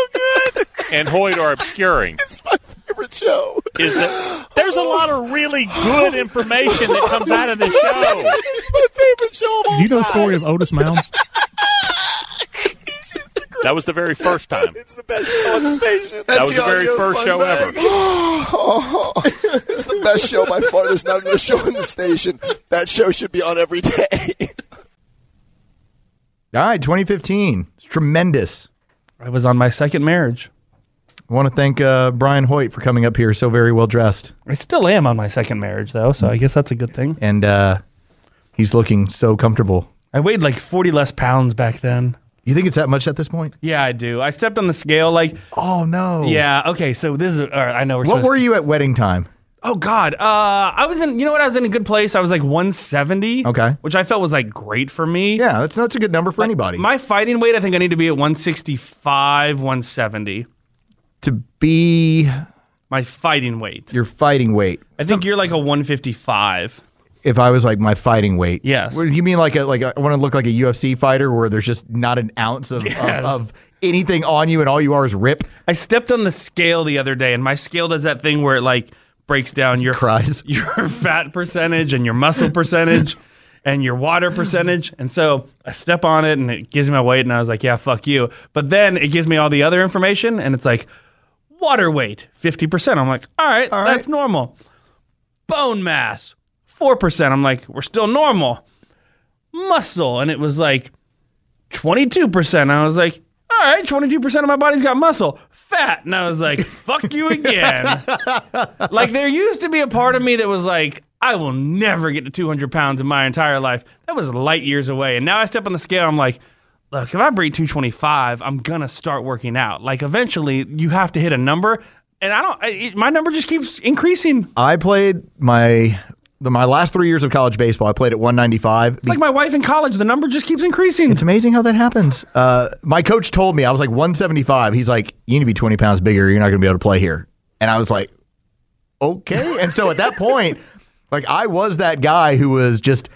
good.
and Hoyt are obscuring.
It's my favorite show.
Is that there's a lot of really good information that comes out of this show.
It's my favorite show of all
Do you know the
time.
story of Otis Mounds?
That was the very first time.
It's the best show on the station.
That was the very first show ever.
Oh, it's the best show by far. There's not another show on the station. That show should be on every day.
All right, 2015. It's tremendous.
I was on my second marriage.
I want to thank uh, Brian Hoyt for coming up here so very well dressed.
I still am on my second marriage, though, so I guess that's a good thing.
And uh, he's looking so comfortable.
I weighed like 40 less pounds back then.
You think it's that much at this point?
Yeah, I do. I stepped on the scale like.
Oh, no.
Yeah. Okay. So this is. All right, I know. We're
What
supposed
were you at wedding time?
Oh God, uh, I was in. You know what? I was in a good place. I was like 170.
Okay.
which I felt was like great for me.
Yeah, that's no, it's a good number for anybody.
My fighting weight, I think I need to be at 165, 170.
to be
My fighting weight.
your fighting weight.
I think you're like a 155.
If I was like my fighting weight,
Yes.
What, You mean like a like a, I want to look like a UFC fighter where there's just not an ounce of,
Yes.
of, of anything on you and all you are is rip.
I stepped on the scale the other day, and my scale does that thing where it like breaks down your
cries.
your fat percentage and your muscle percentage and your water percentage. And so I step on it, and it gives me my weight, and I was like, "Yeah, fuck you." But then it gives me all the other information, and it's like water weight fifty percent. I'm like, "All right, that's normal." Bone mass four percent. I'm like, "We're still normal." Muscle, and it was like 22%. I was like, all right, 22% of my body's got muscle. Fat. And I was like, fuck you again. like, there used to be a part of me that was like, I will never get to 200 pounds in my entire life. That was light years away. And now I step on the scale, I'm like, look, if I breathe 225, I'm going to start working out. Like, eventually, you have to hit a number. And I don't, I, it, my number just keeps increasing.
I played my the, my last three years of college baseball. I played at 195.
It's like my wife in college, the number just keeps increasing.
It's amazing how that happens. Uh, my coach told me I was like 175. He's like, you need to be 20 pounds bigger. You're not going to be able to play here. And I was like, okay. And so at that point, like I was that guy who was just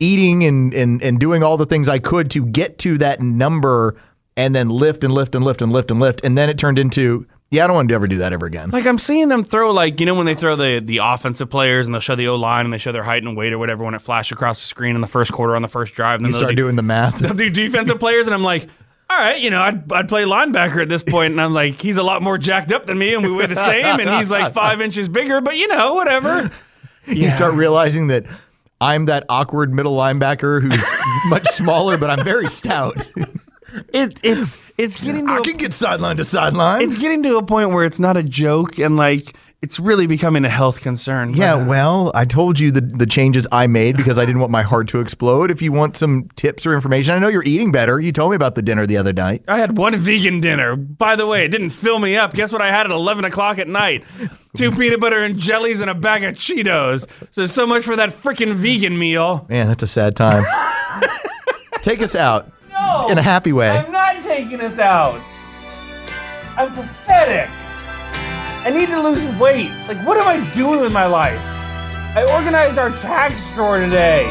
eating and and and doing all the things I could to get to that number, and then lift and lift and lift and lift and lift, and then it turned into. Yeah, I don't want to ever do that ever again.
Like I'm seeing them throw like you know when they throw the the offensive players and they'll show the O line and they show their height and weight or whatever when it flashed across the screen in the first quarter on the first drive. And then
You
they'll
start
do,
doing the math.
they'll do defensive players and I'm like, all right, you know I'd I'd play linebacker at this point and I'm like he's a lot more jacked up than me and we weigh the same and he's like five inches bigger but you know whatever.
You start realizing that I'm that awkward middle linebacker who's much smaller, but I'm very stout.
It it's it's getting to
I can get sideline to sideline.
It's getting to a point where it's not a joke and like it's really becoming a health concern.
Yeah, well, I told you the, the changes I made because I didn't want my heart to explode. If you want some tips or information, I know you're eating better. You told me about the dinner the other night.
I had one vegan dinner. By the way, it didn't fill me up. Guess what I had at 11 o'clock at night? Two peanut butter and jellies and a bag of Cheetos. So, so much for that freaking vegan meal.
Man, that's a sad time. Take us out in a happy way.
I'm not taking us out. I'm pathetic. I need to lose weight. Like, what am I doing with my life? I organized our tax store today.